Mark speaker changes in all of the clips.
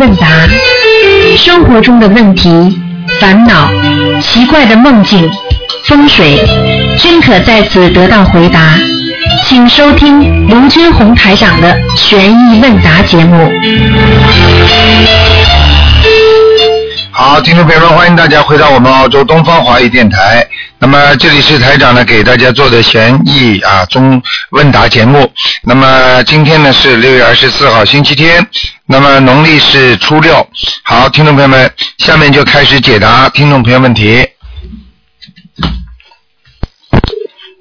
Speaker 1: 问答，生活中的问题、烦恼、奇怪的梦境、风水，均可在此得到回答。请收听卢军红台长的《悬疑问答》节目。
Speaker 2: 好，听众朋友们，欢迎大家回到我们澳洲东方华语电台。那么这里是台长呢给大家做的悬疑啊中问答节目。那么今天呢是六月二十四号星期天，那么农历是初六。好，听众朋友们，下面就开始解答听众朋友问题。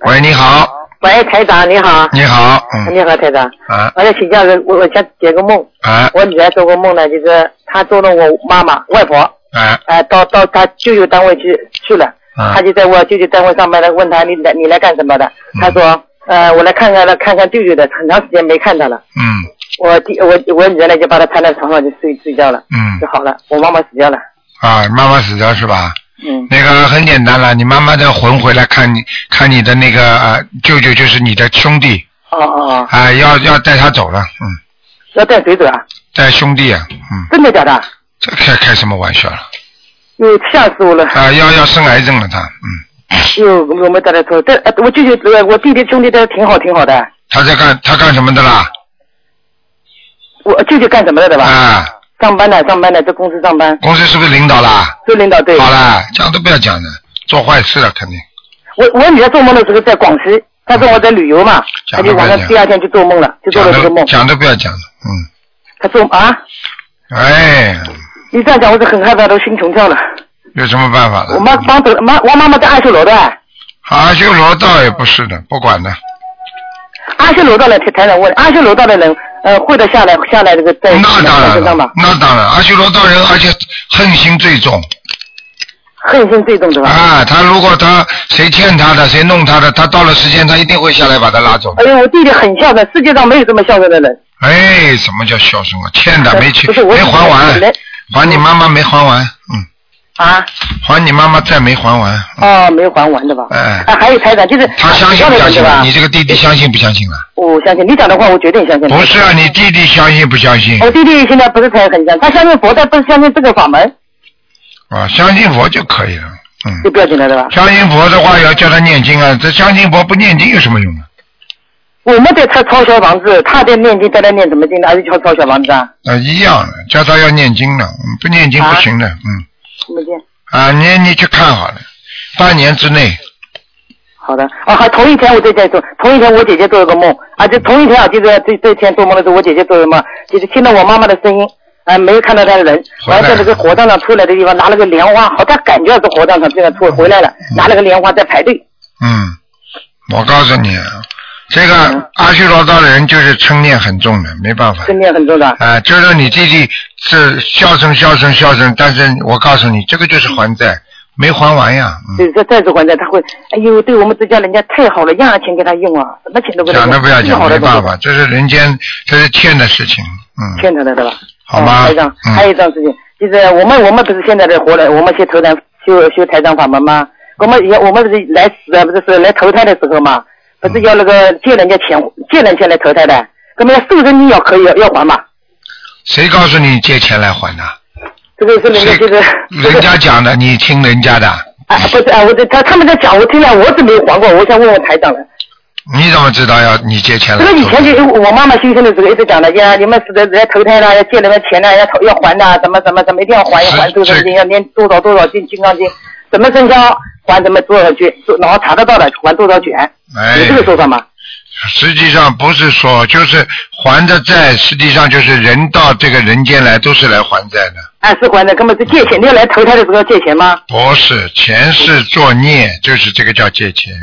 Speaker 2: 喂，你好，
Speaker 3: 喂，台长你好，
Speaker 2: 你好，嗯，
Speaker 3: 你好台长，
Speaker 2: 啊
Speaker 3: 我想请教个，我我想解个梦，
Speaker 2: 啊
Speaker 3: 我女儿做个梦呢，就是她做了我妈妈外婆，
Speaker 2: 啊
Speaker 3: 呃，到到她舅舅单位去去了，
Speaker 2: 啊
Speaker 3: 她就在我舅舅单位上班了，问她你来你来干什么的，
Speaker 2: 嗯
Speaker 3: 她说，呃，我来看看了看看舅舅的，很长时间没看他了，
Speaker 2: 嗯
Speaker 3: 我弟我我女儿呢就把他摊在床上就睡睡觉了，
Speaker 2: 嗯
Speaker 3: 就好了，我妈妈死掉了，
Speaker 2: 啊，妈妈死掉是吧？
Speaker 3: 嗯，
Speaker 2: 那个很简单了，你妈妈的魂回来看你，看你的那个啊、舅舅就是你的兄弟
Speaker 3: 哦哦，哦，
Speaker 2: 啊、要要带他走了，嗯，
Speaker 3: 要带水走啊，
Speaker 2: 带兄弟啊，嗯，
Speaker 3: 真的假的？
Speaker 2: 这开开什么玩笑了
Speaker 3: 哟，吓死我了！
Speaker 2: 啊、要要生癌症了他，嗯，
Speaker 3: 哟，我没带他走，但呃我舅舅呃我弟弟兄弟都挺好挺好的。
Speaker 2: 他在干他干什么的啦？
Speaker 3: 我呃舅舅干什么来的吧？
Speaker 2: 啊，
Speaker 3: 上班的，上班的，在公司上班，
Speaker 2: 公司是不是领导啦？
Speaker 3: 做领导对。
Speaker 2: 好啦，讲都不要讲了，做坏事了肯定，
Speaker 3: 我我女儿做梦的时候在广西，她说我在旅游嘛，她
Speaker 2: 讲得
Speaker 3: 就晚
Speaker 2: 快点
Speaker 3: 上第二天就做梦了，就做
Speaker 2: 讲
Speaker 3: 了这个
Speaker 2: 都
Speaker 3: 梦。
Speaker 2: 讲都不要讲了，嗯，
Speaker 3: 她做啊，
Speaker 2: 哎，
Speaker 3: 你这样讲我是很害怕，都心穷跳了。
Speaker 2: 有什么办法
Speaker 3: 我
Speaker 2: 了？
Speaker 3: 妈帮走妈，我妈妈在阿修罗的，
Speaker 2: 阿修罗道也不是的，不管的，
Speaker 3: 阿修罗道的台台长问，阿修罗道的人呃会得下来下来这个在
Speaker 2: 那当然
Speaker 3: 身上
Speaker 2: 了
Speaker 3: 吗，？
Speaker 2: 啊那当然，阿修罗道人而且恨心最重
Speaker 3: 恨心最重是吧？
Speaker 2: 啊！他如果他谁欠他的，谁弄他的，他到了时间，他一定会下来把他拉走。
Speaker 3: 哎呦，我弟弟很孝顺，世界上没有这么孝顺的人。
Speaker 2: 哎，什么叫孝顺啊？欠的没欠
Speaker 3: 不是，我
Speaker 2: 没还完，
Speaker 3: 人
Speaker 2: 还你妈妈没还完，嗯，
Speaker 3: 啊，
Speaker 2: 还你妈妈债没还完，嗯
Speaker 3: 哦，没有还完的吧？
Speaker 2: 哎
Speaker 3: 啊，还有台长就是
Speaker 2: 他相信
Speaker 3: 孝
Speaker 2: 不
Speaker 3: 顺人
Speaker 2: 相
Speaker 3: 对
Speaker 2: 信
Speaker 3: 吧？
Speaker 2: 你这个弟弟相信不相信了？
Speaker 3: 我相信你讲的话，我绝对相信。
Speaker 2: 不是啊，你弟弟相信不相信？
Speaker 3: 我弟弟现在不是才很相信，他相信佛，但不是相信这个法门，
Speaker 2: 啊，相信佛就可以了，嗯
Speaker 3: 就，不要紧了，对吧？
Speaker 2: 相信佛的话要叫他念经啊，这相信佛不念经有什么用啊？
Speaker 3: 我们在抄抄小房子，他在念经，在那念什么经呢？还是抄抄小房子啊？
Speaker 2: 啊，一样的，叫他要念经了，嗯不念经不行的，嗯，
Speaker 3: 什么经？
Speaker 2: 啊，你你去看好了，半年之内，
Speaker 3: 好的，啊，还同一天我在在做，同一天我姐姐做了个梦，啊，就同一天啊，就是这这天做梦的时候，我姐姐做了个梦，就是听到我妈妈的声音，啊，没有看到她的人，
Speaker 2: 回来
Speaker 3: 完
Speaker 2: 了
Speaker 3: 了在那个火葬场出来的地方拿了个莲花，好，她感觉是火葬场这个出回来了，拿了个莲花在排队，
Speaker 2: 嗯，我告诉你啊，这
Speaker 3: 嗯
Speaker 2: 个阿修罗道的人就是嗔念很重的，没办法，
Speaker 3: 正念很重的，
Speaker 2: 啊，就是你弟弟是孝顺孝顺孝顺，但是我告诉你，这个就是还债，没还完呀，嗯，
Speaker 3: 对，这再次还债，他会，哎呦，对我们这家人家太好了，样样钱给他用啊，什么钱都给他
Speaker 2: 讲
Speaker 3: 用，
Speaker 2: 都不要讲，
Speaker 3: 好
Speaker 2: 没
Speaker 3: 的东西
Speaker 2: 办法，这是人间，这是欠的事情，嗯，
Speaker 3: 欠他的对吧？
Speaker 2: 好吗
Speaker 3: 嗯哦台长，
Speaker 2: 嗯
Speaker 3: 还有一桩事情，就是我们我们不是现在在活了，我们去投胎修修台长法门吗？我们也我们不是来死啊，不是是来投胎的时候嘛，
Speaker 2: 嗯
Speaker 3: 不是要那个借人家钱借人钱来投胎的，那么要受人你要可以要要还嘛？
Speaker 2: 谁告诉你借钱来 还的？
Speaker 3: 这个是人家
Speaker 2: 谁
Speaker 3: 这个
Speaker 2: 人家讲的，你听人家的，
Speaker 3: 啊不是啊，我这他他们在讲，我听了我怎么没有还过？我想问问台长了。
Speaker 2: 你怎么知道要你借钱
Speaker 3: 这
Speaker 2: 来
Speaker 3: 个
Speaker 2: 做？
Speaker 3: 以前就是我妈妈修行的时候一直讲的呀，你们死的人家投胎啦，要借人家钱啦，要投要还的，怎么怎么怎么一定要还要还
Speaker 2: 是
Speaker 3: 多少
Speaker 2: 这
Speaker 3: 经，要念多少多少经金刚经，怎么生肖还怎么多少卷，然后查得到的还多少卷，有
Speaker 2: 哎
Speaker 3: 这，个说法吗？
Speaker 2: 实际上不是说，就是还的债，实际上就是人到这个人间来都是来还债的，
Speaker 3: 哎，是还的，根本是借钱，你要来投胎的时候要借钱吗？
Speaker 2: 不是前世作孽，就是这个叫借钱。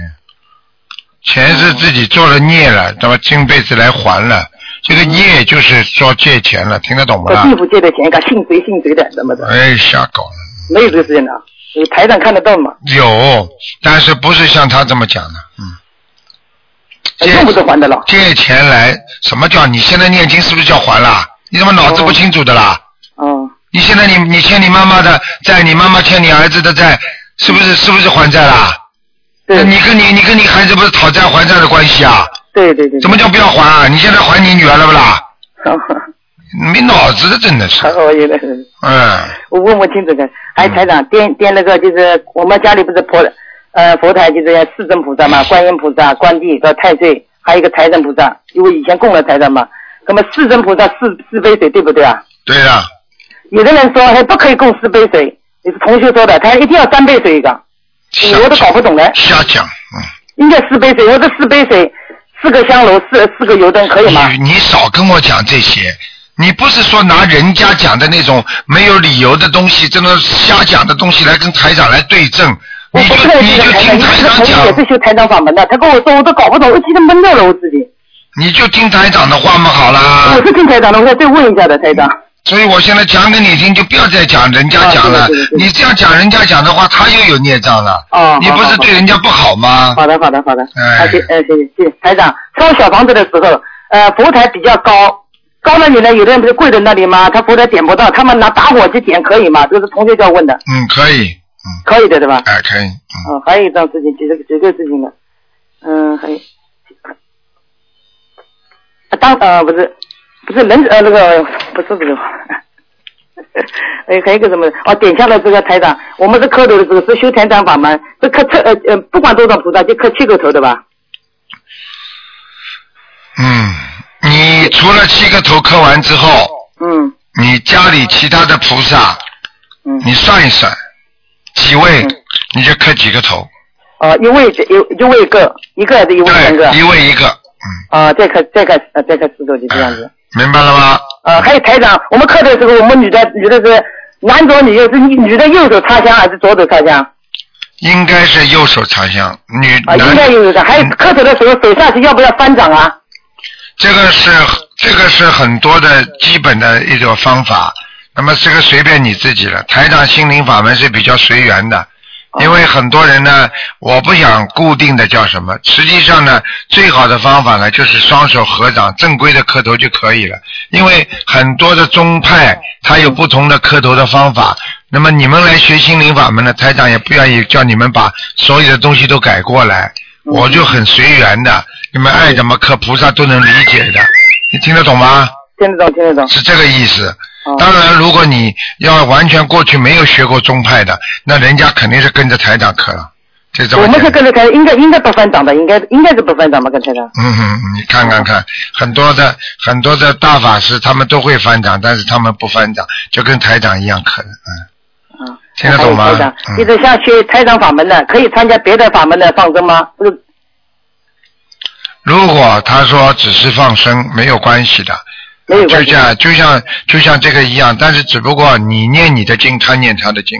Speaker 2: 前世自己做了孽了，那么今辈子来还了，这个孽就是说借钱了，听得懂嗯不
Speaker 3: 和
Speaker 2: 啦
Speaker 3: 地？府借的钱，敢信谁信谁的，怎么的，
Speaker 2: 哎，瞎搞了。
Speaker 3: 没有这个事情的啊，你台上看得到吗？
Speaker 2: 有，但是不是像他这么讲的，嗯。借
Speaker 3: 用不着还的了。
Speaker 2: 借钱来，什么叫你现在念经是不是叫还啦？你怎么脑子不清楚的啦？
Speaker 3: 哦，
Speaker 2: 你现在你你欠你妈妈的债，你妈妈欠你儿子的债，是不是是不是还债啦？
Speaker 3: 对
Speaker 2: 你跟你你跟你孩子不是讨债还债的关系啊？
Speaker 3: 对对对，
Speaker 2: 怎么叫不要还啊？你现在还你女儿了不啦？
Speaker 3: 哦？
Speaker 2: 没脑子的，真的是，
Speaker 3: 哦，有的。
Speaker 2: 嗯，
Speaker 3: 我问问清楚的。还有台长，点点那个就是我们家里不是佛呃佛台就是四尊菩萨
Speaker 2: 嗯
Speaker 3: 嘛，观音菩萨、观地和太岁，还有一个财神菩萨，因为以前供了财神嘛。那么四尊菩萨四四杯水对不对啊？
Speaker 2: 对了，
Speaker 3: 有的人说还不可以供四杯水，也是同学说的，他一定要三杯水一个，
Speaker 2: 瞎
Speaker 3: 我都搞不懂嘞。
Speaker 2: 瞎讲，嗯
Speaker 3: 应该四杯水，我这四杯水，四个香炉，四四个油灯，可以吗？
Speaker 2: 嗯，你你少跟我讲这些，你不是说拿人家讲的那种没有理由的东西，这种瞎讲的东西来跟台长来对证，
Speaker 3: 我
Speaker 2: 你
Speaker 3: 不
Speaker 2: 就是
Speaker 3: 很
Speaker 2: 你
Speaker 3: 记
Speaker 2: 就
Speaker 3: 得台长，有
Speaker 2: 听台
Speaker 3: 个
Speaker 2: 长
Speaker 3: 同学也
Speaker 2: 讲，
Speaker 3: 是修台长法门的，他跟我说我都搞不懂，我气得闷掉了我自己。
Speaker 2: 你就听台长的话嘛，好啦。
Speaker 3: 我是听台长的，我再再问一下的台长。
Speaker 2: 所以我现在讲给你听，就不要再讲人家
Speaker 3: 啊
Speaker 2: 讲了
Speaker 3: 对对。对对
Speaker 2: 你这样讲人家讲的话，他又有孽障了。
Speaker 3: 哦
Speaker 2: 你不
Speaker 3: 好好
Speaker 2: 是对人家不好吗？
Speaker 3: 好的，好的，好的。
Speaker 2: 哎
Speaker 3: 好，谢，呃，谢谢，谢谢台长。烧小房子的时候，呃，佛台比较高，高那里呢，有的人不是跪在那里吗？他佛台点不到，他们拿打火机点可以吗？这个是同学叫问的，
Speaker 2: 嗯，可以，
Speaker 3: 可以的，对吧？
Speaker 2: 哎，可以，嗯，
Speaker 3: 哦，还有一桩事情，几个几个事情的，嗯，还有，啊、当呃不是不是人呃那个不是不是， 哎还有一个什么哦点下了这个台长，我们是磕头的时候是修台长法门，是磕七呃呃不管多少菩萨就磕七个头的吧？
Speaker 2: 嗯。你除了七个头磕完之后，
Speaker 3: 嗯
Speaker 2: 你家里其他的菩萨，
Speaker 3: 嗯
Speaker 2: 你算一算，几位
Speaker 3: 嗯
Speaker 2: 你就磕几个头？
Speaker 3: 哦一位一一位一个一个还是一位三个
Speaker 2: 对，一位一个，
Speaker 3: 啊再磕再磕呃再磕四个就这样子。
Speaker 2: 嗯，明白了吗？
Speaker 3: 呃，还有台长，我们磕的时候，我们女的女的是男左女右，是女的右手插香还是左手插香？
Speaker 2: 应该是右手插香，女
Speaker 3: 啊，应
Speaker 2: 男
Speaker 3: 该右手插。还
Speaker 2: 嗯
Speaker 3: 有磕头的时候，手下去要不要翻掌啊？
Speaker 2: 这个是这个是很多的基本的一种方法，那么这个随便你自己了。台长心灵法门是比较随缘的，因为很多人呢，我不想固定的叫什么，实际上呢，最好的方法呢就是双手合掌，正规的磕头就可以了。因为很多的宗派它有不同的磕头的方法，那么你们来学心灵法门呢，台长也不愿意叫你们把所有的东西都改过来，我就很随缘的，你们爱怎么磕，菩萨都能理解的，你听得懂吗？
Speaker 3: 听得懂，听得懂。
Speaker 2: 是这个意思。
Speaker 3: 哦
Speaker 2: 当然，如果你要完全过去没有学过宗派的，那人家肯定是跟着台长磕了。这怎
Speaker 3: 我
Speaker 2: 么
Speaker 3: 们
Speaker 2: 讲
Speaker 3: 是跟着台，应该应该不翻掌的，应该应该是不翻掌吧，跟台长。
Speaker 2: 嗯哼，你看看看，很多的很多的大法师他们都会翻掌，但是他们不翻掌，就跟台长一样磕的。嗯，
Speaker 3: 啊，
Speaker 2: 听得懂吗
Speaker 3: 还有台长，
Speaker 2: 嗯
Speaker 3: 一直想学台长法门的，可以参加别的法门的放生吗？不是，
Speaker 2: 如果他说只是放生，没有关系的。
Speaker 3: 没有
Speaker 2: 就
Speaker 3: 关系。
Speaker 2: 像就像就像这个一样，但是只不过你念你的经，他念他的经。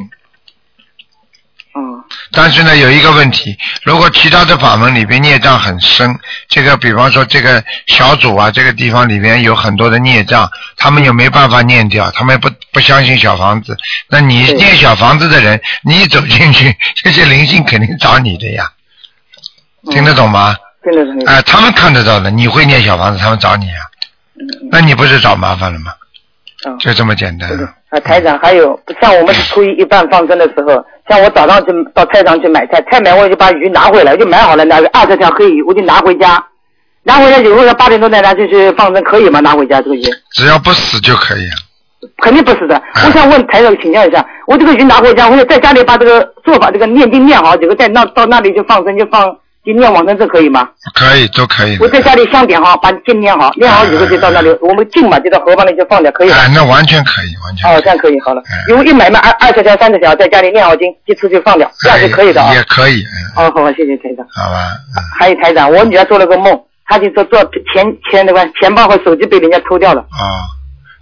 Speaker 3: 嗯，
Speaker 2: 但是呢，有一个问题，如果其他的法门里边孽障很深，这个比方说这个小组啊，这个地方里边有很多的孽障，他们又没办法念掉，他们也不不相信小房子。那你
Speaker 3: 对
Speaker 2: 念小房子的人，你一走进去，这些灵性肯定找你的呀，
Speaker 3: 嗯
Speaker 2: 听得懂吗？
Speaker 3: 听得懂。听得
Speaker 2: 哎、
Speaker 3: 懂
Speaker 2: 他们看得到的，你会念小房子，他们找你呀、
Speaker 3: 嗯嗯
Speaker 2: 那你不是找麻烦了吗？
Speaker 3: 嗯。
Speaker 2: 就这么简单。
Speaker 3: 啊，台长，还有像我们是初一一般放生的时候，像我早上去到菜场去买菜，菜买完我就把鱼拿回来，我就买好了那个二十条黑鱼，我就拿回家，拿回家以后要八点钟再拿进去放生，可以吗？拿回家这个鱼
Speaker 2: 只要不死就可以啊了。
Speaker 3: 肯定不是的。
Speaker 2: 哎
Speaker 3: 我想问台长请教一下，我这个鱼拿回家，我就在家里把这个做法这个念经念好，几个再那到那里去放生，就放就念往生咒可以吗？
Speaker 2: 可以，都可以的。
Speaker 3: 我在家里香点好，把经念好，念好以后就到那里，我们进嘛就到河旁那里就放掉，可以吗？哦
Speaker 2: 哎，那完全可以，完全可以。
Speaker 3: 哦，这样可以，好了
Speaker 2: 嗯。
Speaker 3: 如果一买卖二二十条、三十条，在家里念好经，寄出去放掉，这样就可以的啊
Speaker 2: 哎。也可以，嗯，
Speaker 3: 哦，好，谢谢台长。
Speaker 2: 好吧，嗯，
Speaker 3: 还有台长，我女儿做了个梦，她就说做钱钱那个钱包和手机被人家偷掉了。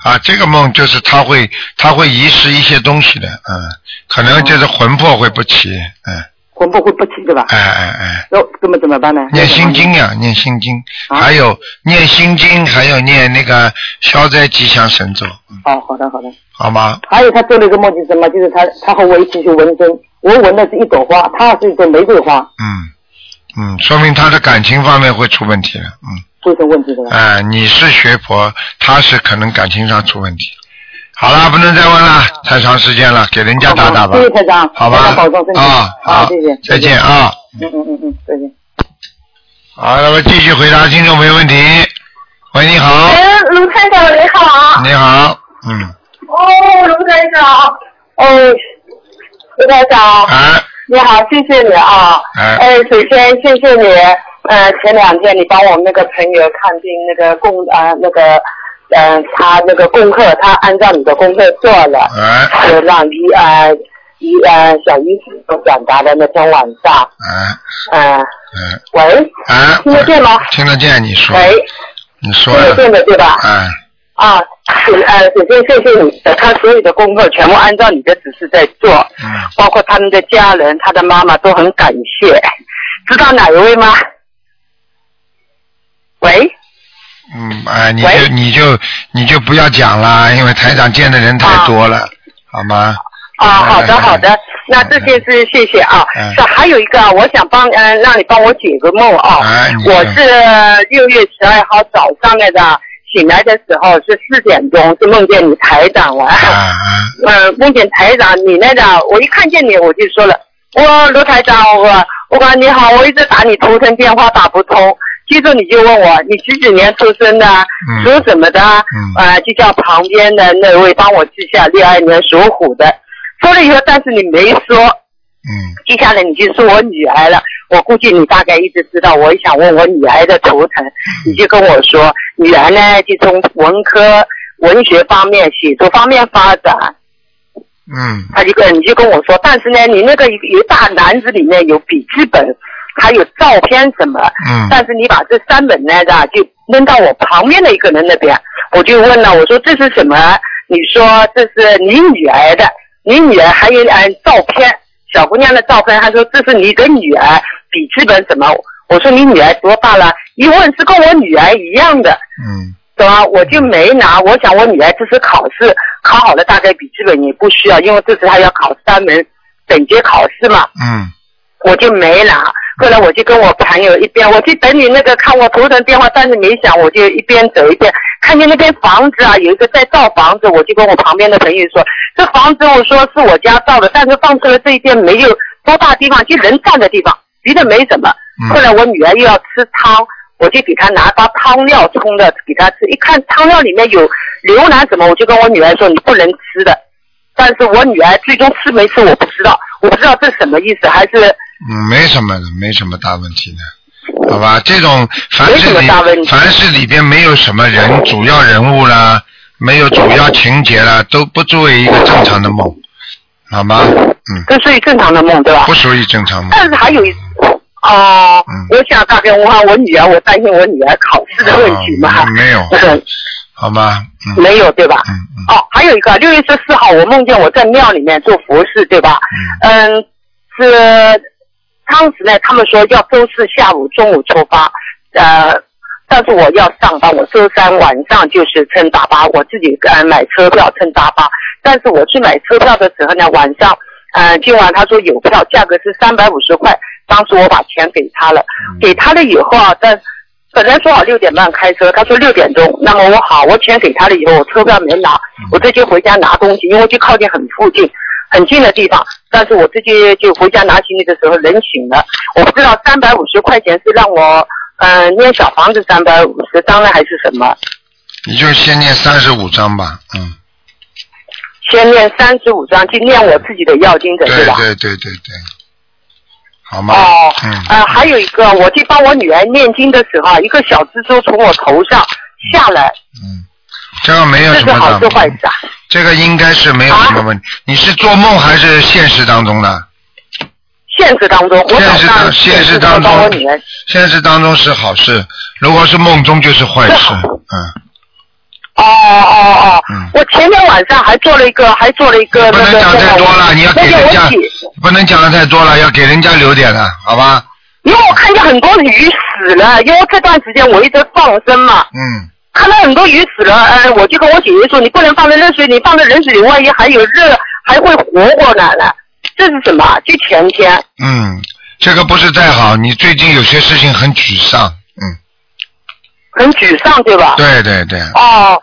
Speaker 2: 啊、啊，这个梦就是他会他会遗失一些东西的，嗯，可能就是魂魄会不齐，嗯，
Speaker 3: 魂魄会不齐对吧？
Speaker 2: 哎哎哎，
Speaker 3: 那怎么怎么办呢？
Speaker 2: 念心经呀，念心经，
Speaker 3: 啊
Speaker 2: 还有念心经，还有念那个消灾吉祥神咒，嗯
Speaker 3: 哦，好的好的。
Speaker 2: 好吗？
Speaker 3: 还有她做了一个梦，就是什么？就是她她和我一起去纹身，我纹的是一朵花，她是一朵玫瑰花，
Speaker 2: 嗯嗯，说明他的感情方面会出问题了，嗯。
Speaker 3: 会成问题对吧？
Speaker 2: 哎、你是学佛，他是可能感情上出问题。好了，不能再问了，太长时间了，给人家打打吧
Speaker 3: 好好谢，谢台长，
Speaker 2: 好
Speaker 3: 台
Speaker 2: 吧
Speaker 3: 长保重身？体
Speaker 2: 啊，
Speaker 3: 好，
Speaker 2: 好
Speaker 3: 谢谢，，
Speaker 2: 再见。啊！
Speaker 3: 嗯嗯嗯嗯，再见。
Speaker 2: 好，那么继续回答听众没问题。喂，你好，
Speaker 4: 哎，卢卢台长你好。
Speaker 2: 你好，嗯，
Speaker 4: 哦，卢台长。哎，卢台长。
Speaker 2: 哎
Speaker 4: 你好，谢谢你啊。
Speaker 2: 哎
Speaker 4: 哎，首先谢谢你，呃，前两天你帮我们那个朋友看病那个功啊、那个，呃，他那个功课，他按照你的功课做了，
Speaker 2: 哎
Speaker 4: 就让医呃医呃小医生都转达的那天晚上，
Speaker 2: 哎
Speaker 4: 嗯、
Speaker 2: 哎
Speaker 4: 喂，
Speaker 2: 哎，
Speaker 4: 听得见吗？
Speaker 2: 听得见你说，
Speaker 3: 哎
Speaker 4: 喂，
Speaker 2: 你
Speaker 4: 听
Speaker 2: 说
Speaker 4: 得
Speaker 2: 呀，
Speaker 4: 见的对吧？
Speaker 2: 哎，
Speaker 4: 啊，呃，首先谢谢你，呃他所有的功课全部按照你的指示在做，
Speaker 2: 嗯，
Speaker 4: 包括他们的家人、他的妈妈都很感谢。知道哪一位吗？喂，
Speaker 2: 嗯，哎，你就
Speaker 4: 喂
Speaker 2: 你就你就不要讲了，因为台长见的人太多了，好吗？
Speaker 4: 啊，好的好的，那这件事谢谢啊
Speaker 2: 嗯。
Speaker 4: 是还有一个啊，我想帮嗯、让你帮我解个梦啊。
Speaker 2: 哎你说
Speaker 4: 我是六月十二号早上来的，醒来的时候是四点钟，是梦见你台长了。
Speaker 2: 啊啊，
Speaker 4: 呃，梦见台长，你那个，我一看见你我就说了，我罗台长，我我管你好，我一直打你头疼电话打不通，接着你就问我你几几年出生的，
Speaker 2: 嗯
Speaker 4: 属什么的，
Speaker 2: 嗯
Speaker 4: 呃，就叫旁边的那位帮我记下，六二年属虎的，说了以后，但是你没说，
Speaker 2: 嗯
Speaker 4: 接下来你就是我女儿了，我估计你大概一直知道，我想问我女儿的图腾，
Speaker 2: 嗯
Speaker 4: 你就跟我说，女儿呢就从文科、文学方面、写作方面发展，
Speaker 2: 嗯
Speaker 4: 他就跟你就跟我说，但是呢，你那个一大篮子里面有笔记本，还有照片什么，
Speaker 2: 嗯
Speaker 4: 但是你把这三本呢啊就扔到我旁边的一个人那边，我就问了，我说这是什么？你说这是你女儿的，你女儿还有嗯照片，小姑娘的照片，她说这是你的女儿笔记本什么？我说你女儿多大了？一问是跟我女儿一样的，
Speaker 2: 嗯
Speaker 4: 对吧？我就没拿，我想我女儿这次考试考好了，大概笔记本也不需要，因为这次她要考三门等级考试嘛。
Speaker 2: 嗯
Speaker 4: 我就没拿。后来我就跟我朋友一边，我去等你那个看我头疼电话，但是没响，我就一边走一边看见那边房子啊，有一个在造房子，我就跟我旁边的朋友说，这房子我说是我家造的，但是放出了这一边没有多大地方，就人站的地方，别的没什么。
Speaker 2: 嗯
Speaker 4: 后来我女儿又要吃汤，我就给她拿把汤料冲的给她吃，一看汤料里面有牛腩什么，我就跟我女儿说你不能吃的。但是我女儿最终吃没吃我不知道，我不知道这什么意思，还是
Speaker 2: 嗯，没什么的，没什么大问题的，好吧？这种凡
Speaker 4: 没
Speaker 2: 是
Speaker 4: 什么大问
Speaker 2: 里
Speaker 4: 题
Speaker 2: 凡是里边没有什么人主要人物啦，没有主要情节啦，都不作为一个正常的梦，好吗？嗯，
Speaker 4: 这属于正常的梦，对吧
Speaker 2: 不？属于正常梦。
Speaker 4: 但是还有一哦，
Speaker 2: 嗯
Speaker 4: 我想打给我问我女儿，我担心我女儿考试的问题嘛，
Speaker 2: 啊没有
Speaker 4: 嗯
Speaker 2: 好吗？嗯
Speaker 4: 没有对吧？
Speaker 2: 嗯嗯
Speaker 4: 哦，还有一个六月十四号，我梦见我在庙里面做佛事，对吧？嗯，是当时呢，他们说要周四下午、中午出发，呃，但是我要上班，我周三晚上就是乘大巴，我自己呃买车票乘大巴，但是我去买车票的时候呢，晚上，呃，今晚他说有票，价格是三百五十块，当时我把钱给他了，
Speaker 2: 嗯
Speaker 4: 给他了以后啊，但本来说好六点半开车，他说六点钟，那么我好，我钱给他了以后，我车票没拿，
Speaker 2: 嗯
Speaker 4: 我直接回家拿东西，因为就靠近很附近。很近的地方，但是我直接就回家拿行李的时候人醒了，我不知道三百五十块钱是让我嗯、呃念小房子三百五十张了还是什么，
Speaker 2: 你就先念三十五章吧，嗯，
Speaker 4: 先念三十五张，去念我自己的要经者
Speaker 2: 对
Speaker 4: 对吧？
Speaker 2: 对对对对，好吗？
Speaker 4: 哦，
Speaker 2: 嗯
Speaker 4: 呃，还有一个，我去帮我女儿念经的时候啊，一个小蜘蛛从我头上下来，
Speaker 2: 嗯，这个没有
Speaker 4: 这是
Speaker 2: 什么嗯
Speaker 4: 好
Speaker 2: 大
Speaker 4: 是
Speaker 2: 问
Speaker 4: 坏
Speaker 2: 题
Speaker 4: 事啊？
Speaker 2: 这个应该是没有什么问题。你是做梦还是现实当中的？
Speaker 4: 现实当中，我
Speaker 2: 现
Speaker 4: 早
Speaker 2: 实当
Speaker 4: 上
Speaker 2: 现实
Speaker 4: 实
Speaker 2: 当
Speaker 4: 帮我
Speaker 2: 中
Speaker 4: 女儿，
Speaker 2: 现实当中是好事，如果是梦中就是坏
Speaker 4: 是
Speaker 2: 事。
Speaker 4: 好
Speaker 2: 嗯，
Speaker 4: 哦哦哦
Speaker 2: 嗯，
Speaker 4: 我前天晚上还做了一个，还做了一个
Speaker 2: 不
Speaker 4: 那
Speaker 2: 能
Speaker 4: 个
Speaker 2: 讲
Speaker 4: 那
Speaker 2: 太
Speaker 4: 个
Speaker 2: 多了，你要
Speaker 4: 那
Speaker 2: 给
Speaker 4: 个
Speaker 2: 人
Speaker 4: 我
Speaker 2: 家
Speaker 4: 姐，
Speaker 2: 不能讲的太多了，要给人家留点的，好吧？
Speaker 4: 因为我看见很多鱼死了，因为这段时间我一直放生嘛，
Speaker 2: 嗯，
Speaker 4: 看到很多鱼死了，呃，我就跟我姐姐说，你不能放在热水里，放在冷水里，万一还有热，还会活过来了。这是什么？就前天。
Speaker 2: 嗯，这个不是太好，你最近有些事情很沮丧。嗯，
Speaker 4: 很沮丧，对吧？
Speaker 2: 对对对，
Speaker 4: 哦，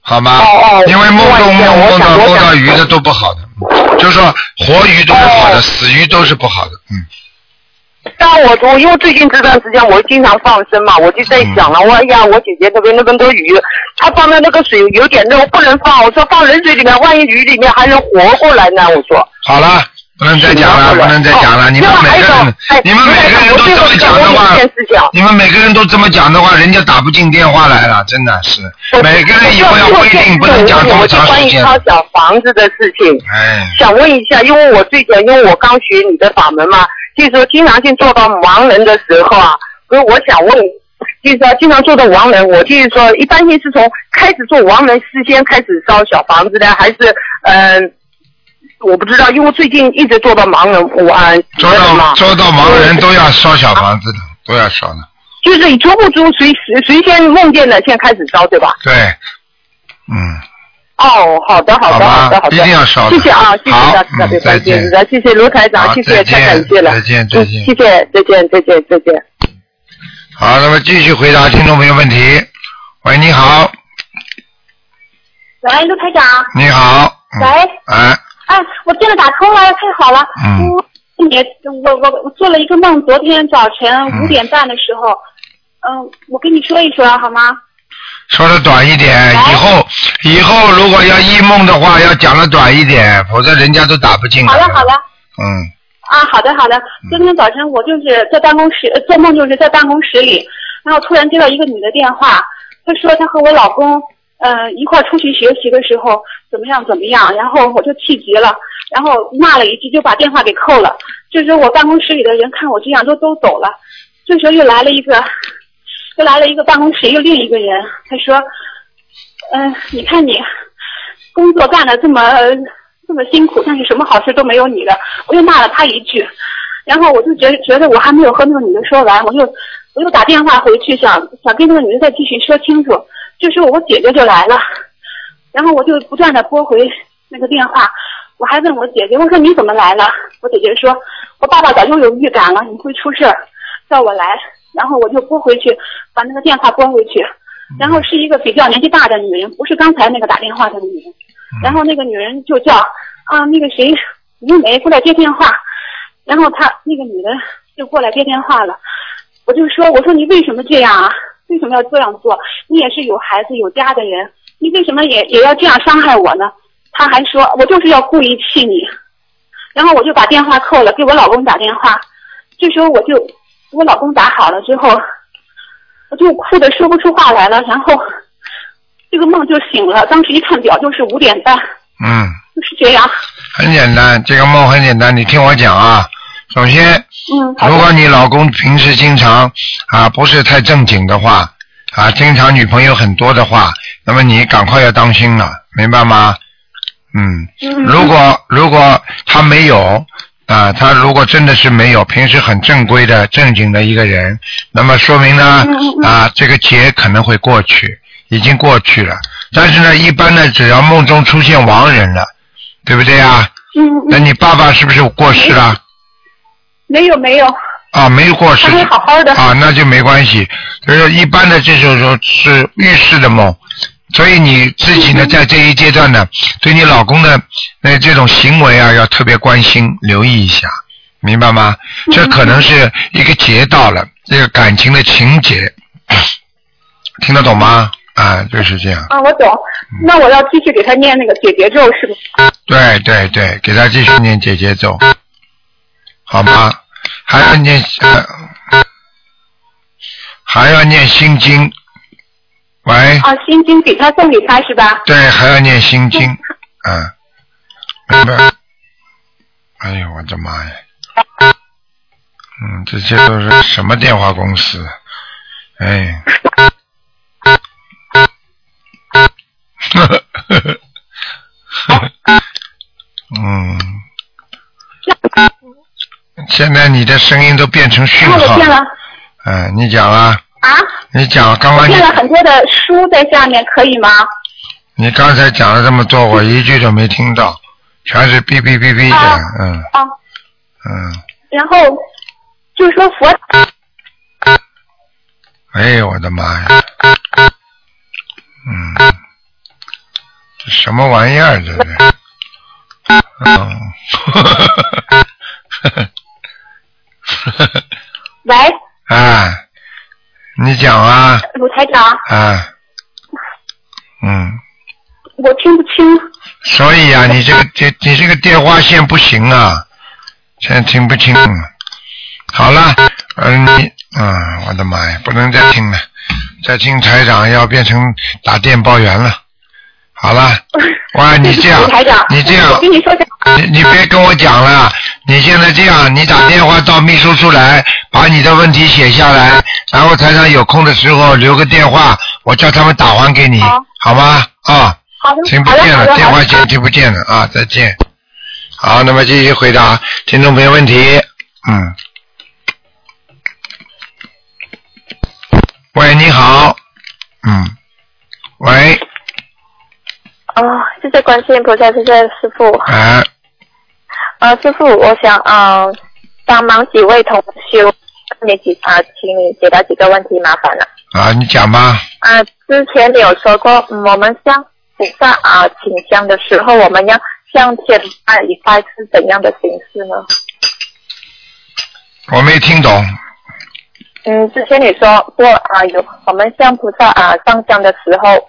Speaker 2: 好吗？
Speaker 4: 哦哦
Speaker 2: 因为梦中
Speaker 4: 另外一
Speaker 2: 梦
Speaker 4: 个我
Speaker 2: 梦到
Speaker 4: 想我
Speaker 2: 梦到
Speaker 4: 想
Speaker 2: 鱼嗯的都不好的，就是说活鱼都是好的，
Speaker 4: 哦
Speaker 2: 死鱼都是不好的。嗯
Speaker 4: 但我我因为最近这段时间我经常放生嘛，我就在想
Speaker 2: 嗯
Speaker 4: 了，我哎呀，我姐姐那边那么多鱼，她放在那个水有点热，我不能放。我说放冷水里面，万一鱼里面还能活过来呢？我说。
Speaker 2: 好了，不能再讲了，不能再讲了。
Speaker 4: 哦
Speaker 2: 你们每个人，你
Speaker 4: 另
Speaker 2: 们
Speaker 4: 外
Speaker 2: 每
Speaker 4: 还
Speaker 2: 个
Speaker 4: 有
Speaker 2: 人
Speaker 4: 一
Speaker 2: 都这
Speaker 4: 哎我
Speaker 2: 么
Speaker 4: 最
Speaker 2: 讲
Speaker 4: 后
Speaker 2: 的
Speaker 4: 想
Speaker 2: 话
Speaker 4: 问一件事情，
Speaker 2: 你们每个人都这么讲的话，人家打不进电话来了，真的是。
Speaker 4: 我
Speaker 2: 每个人以后要
Speaker 4: 我
Speaker 2: 规
Speaker 4: 最后
Speaker 2: 定不能讲这么
Speaker 4: 我就
Speaker 2: 长
Speaker 4: 关
Speaker 2: 时
Speaker 4: 于
Speaker 2: 间。
Speaker 4: 他小房子的事情，
Speaker 2: 哎，
Speaker 4: 想问一下，因为我最近因为我刚学你的法门嘛，就是说经常性做到盲人的时候啊，所以我想问，就是说经常做到盲人，我就是说一般性是从开始做盲人事先开始烧小房子呢，还是嗯、呃我不知道，因为最近一直做到盲人，我啊，
Speaker 2: 做
Speaker 4: 觉得
Speaker 2: 到
Speaker 4: 嘛
Speaker 2: 做到盲人都要烧小房子的，都要烧的。
Speaker 4: 就是你足不足谁谁谁先梦见的先开始烧对吧？
Speaker 2: 对，嗯，
Speaker 4: 哦，好的，好的，好
Speaker 2: 吧
Speaker 4: 的，好，的，
Speaker 2: 一定要烧的。
Speaker 4: 谢谢啊，谢谢
Speaker 2: 好
Speaker 4: 大慈大
Speaker 2: 嗯
Speaker 4: 悲
Speaker 2: 再
Speaker 4: 观世音
Speaker 2: 见
Speaker 4: 菩。萨，谢谢卢台长
Speaker 2: 好，
Speaker 4: 谢谢，
Speaker 2: 再见
Speaker 4: 太感谢了，
Speaker 2: 再见再见
Speaker 4: 嗯谢谢，再见，再见，再见。
Speaker 2: 好，那么继续回答听众朋友问题。喂，你好，
Speaker 5: 喂，陆台长，
Speaker 2: 你好，
Speaker 5: 喂
Speaker 2: 嗯，哎，
Speaker 5: 啊哎，我真的打通了，太好了。
Speaker 2: 嗯
Speaker 5: 嗯，也我我我做了一个梦，昨天早晨
Speaker 2: 嗯
Speaker 5: 五点半的时候，嗯、我跟你说一说啊好吗？
Speaker 2: 说的短一点，
Speaker 5: 喂
Speaker 2: 以后以后如果要异梦的话，要讲的短一点，否则人家都打不进来。
Speaker 5: 好了好了。
Speaker 2: 嗯，
Speaker 5: 啊，好的好的。昨天早晨我就是在办公室呃做梦，就是在办公室里，然后突然接到一个女的电话，她说她和我老公呃一块儿出去学习的时候怎么样怎么样，然后我就气急了，然后骂了一句就把电话给扣了。这时候我办公室里的人看我这样都都走了，这时候又来了一个，又来了一个办公室又另一个人，他说，嗯、你看你工作干的这么这么辛苦，但是什么好事都没有你的。我又骂了他一句，然后我就觉觉得我还没有和那个女的说完，我又我又打电话回去想想跟那个女的再继续说清楚。这时候我姐姐就来了，然后我就不断的拨回那个电话，我还问我姐姐，我说你怎么来了？我姐姐说，我爸爸早就有预感了，你会出事儿，叫我来。然后我就拨回去，把那个电话拨回去，然后是一个比较年纪大的女人，不是刚才那个打电话的女人。然后那个女人就叫啊，那个谁，吴梅过来接电话。然后她那个女的就过来接电话了。我就说，我说你为什么这样啊？为什么要这样做？你也是有孩子有家的人，你为什么也也要这样伤害我呢？她还说，我就是要故意气你。然后我就把电话扣了，给我老公打电话。这时候我就我老公打好了之后，我就哭得说不出话来了。然后这个梦就醒了，当时一看表就是五点半。
Speaker 2: 嗯，
Speaker 5: 就是这样。
Speaker 2: 很简单，这个梦很简单，你听我讲啊。首先，
Speaker 5: 嗯，好
Speaker 2: 如
Speaker 5: 的，
Speaker 2: 果你老公平时经常啊不是太正经的话，啊经常女朋友很多的话，那么你赶快要当心了，明白吗？嗯，
Speaker 5: 嗯
Speaker 2: 如果如果他没有啊，他如果真的是没有，平时很正规的正经的一个人，那么说明呢
Speaker 5: 嗯嗯嗯
Speaker 2: 啊这个劫可能会过去，已经过去了。但是呢，一般呢，只要梦中出现亡人了，对不对啊？
Speaker 5: 嗯
Speaker 2: 那
Speaker 5: 嗯，
Speaker 2: 你爸爸是不是过世了？
Speaker 5: 没有没有，
Speaker 2: 啊，没过世
Speaker 5: 他。会好好的。
Speaker 2: 啊，那就没关系。就是一般的这种说是预示的梦，所以你自己
Speaker 5: 嗯
Speaker 2: 呢，在这一阶段呢，对你老公的那这种行为啊，要特别关心，留意一下，明白吗？这可能是一个劫到了，这个感情的情节，听得懂吗？啊，就是这样。
Speaker 5: 啊，我懂。那我要继续给他念那个解结咒，是吗？
Speaker 2: 对对对，给他继续念姐姐咒，好吗？还要念，呃、还要念心经。喂，
Speaker 5: 啊，心经给他送给他是吧？
Speaker 2: 对，还要念心经，嗯，明白。哎呦，我的妈呀！嗯，这些都是什么电话公司？哎， 呵呵呵呵呵呵，嗯，现在你的声音都变成讯
Speaker 5: 然后我
Speaker 2: 号
Speaker 5: 念了
Speaker 2: 嗯，你讲啊，
Speaker 5: 啊，
Speaker 2: 你讲，刚刚你
Speaker 5: 念了很多的书在下面，可以吗？
Speaker 2: 你刚才讲了这么多，我一句都没听到，全是哔哔哔
Speaker 5: 嗯
Speaker 2: 哔
Speaker 5: 啊
Speaker 2: 的，嗯
Speaker 5: 啊，
Speaker 2: 嗯，
Speaker 5: 然后就是说佛
Speaker 2: 哎呦我的妈呀，嗯，这什么玩意儿这是？ 嗯，呵呵呵呵呵呵呵，啊你讲啊
Speaker 5: 鲁台长，
Speaker 2: 啊，嗯，
Speaker 5: 我听不清。
Speaker 2: 所以啊，你这个这你这个电话线不行啊，现在听不清。好了，嗯、你啊，我的妈呀，不能再听了，再听台长要变成打电报员了。好 了，哇，你这样
Speaker 5: 对不起卢台长，，
Speaker 2: 你这样
Speaker 5: 我，跟你说声
Speaker 2: 你你别跟我讲了，你现在这样，你打电话到秘书处来，把你的问题写下来，然后台上有空的时候留个电话，我叫他们打还给你，
Speaker 5: 好
Speaker 2: 好吗？啊，
Speaker 5: 好的，
Speaker 2: 听不
Speaker 5: 好的，
Speaker 2: 见
Speaker 5: 好
Speaker 2: 了，
Speaker 5: 的，
Speaker 2: 电
Speaker 5: 好
Speaker 2: 话
Speaker 5: 的。
Speaker 2: 线听不见了啊，再见。好，那么继续回答听众朋友问题。嗯。喂，你好。嗯。喂，
Speaker 1: 哦，谢谢观世音菩萨，谢谢师傅。
Speaker 2: 哎、
Speaker 1: 呃，师傅，我想呃帮忙几位同修你几查，请你解答几个问题，麻烦了。
Speaker 2: 啊，你讲吧。
Speaker 1: 啊、之前你有说过，嗯我们向菩萨啊、请香的时候，我们要向天拜一拜是怎样的形式呢？
Speaker 2: 我没听懂。
Speaker 1: 嗯，之前你说过啊、有我们向菩萨啊、上香的时候，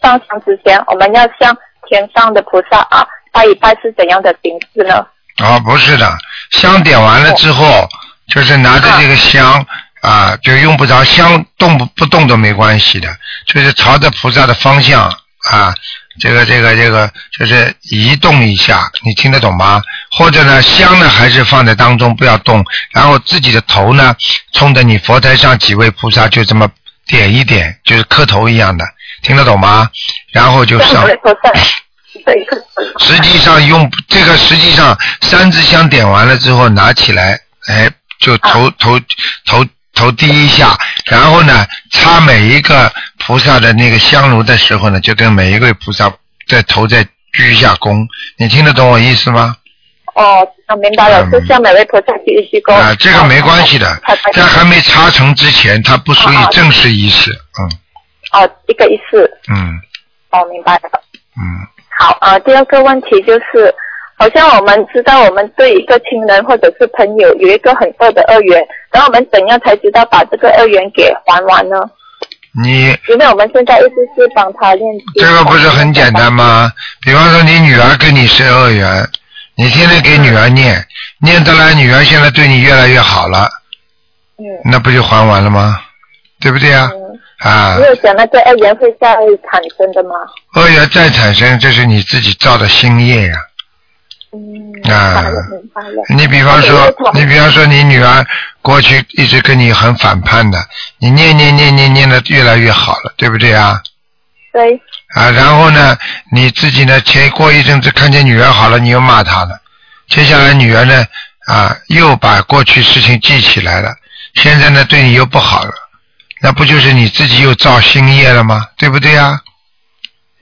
Speaker 1: 上香之前，我们要向天上的菩萨啊、拜一拜是怎样的形式呢？
Speaker 2: 哦，不是的，香点完了之后，就是拿着这个香啊，就用不着香动不不动都没关系的，就是朝着菩萨的方向啊，这个这个这个就是移动一下，你听得懂吗？或者呢，香呢还是放在当中不要动，然后自己的头呢冲着你佛台上几位菩萨就这么点一点，就是磕头一样的，听得懂吗？然后就
Speaker 1: 向
Speaker 2: 上
Speaker 1: 菩。萨这一个。
Speaker 2: 实际上用这个，实际上三支香点完了之后拿起来，哎，就投投投投第一下，然后呢，擦每一个菩萨的那个香炉的时候呢，就跟每一位菩萨在头再鞠一下躬，你听得懂我意思吗？
Speaker 1: 哦，我明白了，
Speaker 2: 嗯
Speaker 1: 就向每位菩萨鞠一鞠躬。
Speaker 2: 啊，这个没关系的
Speaker 1: 哦好好好，
Speaker 2: 在还没擦成之前，它不属于正式仪式。嗯
Speaker 1: 哦，一个意思，
Speaker 2: 嗯
Speaker 1: 哦，明白了。
Speaker 2: 嗯，
Speaker 1: 好啊、呃第二个问题就是，好像我们知道我们对一个亲人或者是朋友有一个很恶的恶缘，然后我们怎样才知道把这个恶缘给还完呢？
Speaker 2: 你
Speaker 1: 因为我们现在一直是帮他练习。
Speaker 2: 这个不是很简单吗？比方说你女儿跟你是恶缘，你天天给女儿念，念得来女儿现在对你越来越好了，
Speaker 1: 嗯？
Speaker 2: 那不就还完了吗？对不对啊？
Speaker 1: 嗯
Speaker 2: 啊
Speaker 1: 嗯，你，有想那个恶缘会再产生的吗？
Speaker 2: 恶缘再产生，这是你自己造的新业呀、
Speaker 1: 嗯，明白
Speaker 2: 啊
Speaker 1: 了，明白了。
Speaker 2: 你比方说
Speaker 1: 对对，对
Speaker 2: 你比方说，你女儿过去一直跟你很反叛的，你念念念念念的越来越好了，对不对啊？
Speaker 1: 对，
Speaker 2: 啊，然后呢，你自己呢，前过一阵子看见女儿好了，你又骂她了，接下来女儿呢，啊，又把过去事情记起来了，现在呢对你又不好了，那不就是你自己又造新业了吗？对不对啊？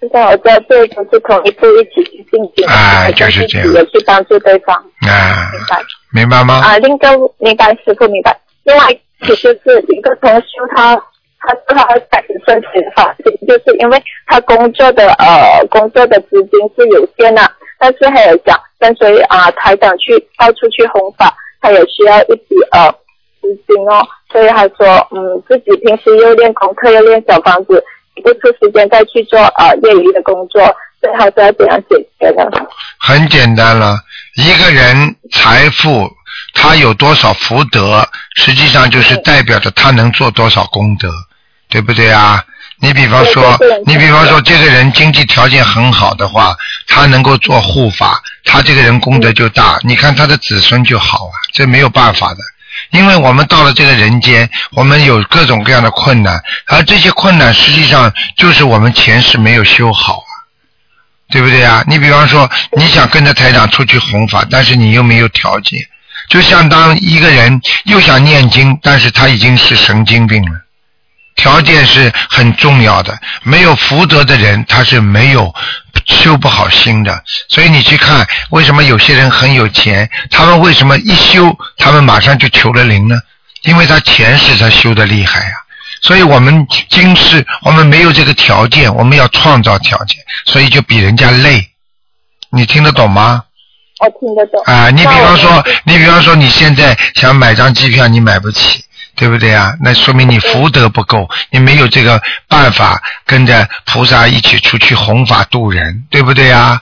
Speaker 1: 现在我知道这都是同一步一起去进行，
Speaker 2: 哎就是这样
Speaker 1: 也去帮助对方，
Speaker 2: 啊，
Speaker 1: 明白？
Speaker 2: 明白吗？
Speaker 1: 啊，另一个明白师傅明白。另外，其实是一个同修他，他他他开始申请法就是因为他工作的呃工作的资金是有限的、但是还有想跟随啊、台长去到处去弘法，他也需要一笔呃资金哦，所以他说嗯自己平时又练功课又练小房子，挤不出时间再去做呃业余的工作，所以他说要怎样解决呢？
Speaker 2: 很简单了，一个人财富他有多少福德，实际上就是代表着他能做多少功德，对不对啊？你比方说
Speaker 1: 对对，对
Speaker 2: 你比方说，这个人经济条件很好的话，他能够做护法，他这个人功
Speaker 1: 嗯
Speaker 2: 德就大。你看他的子孙就好啊，这没有办法的。因为我们到了这个人间，我们有各种各样的困难，而这些困难实际上就是我们前世没有修好。对不对啊？你比方说，你想跟着台长出去弘法，但是你又没有调节，就相当一个人又想念经，但是他已经是神经病了。条件是很重要的，没有福德的人他是没有修不好心的。所以你去看，为什么有些人很有钱，他们为什么一修，他们马上就求了灵呢？因为他前世他修的厉害呀、啊所以我们今世我们没有这个条件，我们要创造条件，所以就比人家累。你听得懂吗？
Speaker 1: 我听得懂
Speaker 2: 啊，你比方
Speaker 1: 那我
Speaker 2: 说，你比方说，你现在想买张机票，你买不起，对不对啊？那说明你福德不够，你没有这个办法跟着菩萨一起出去弘法度人，对不对啊？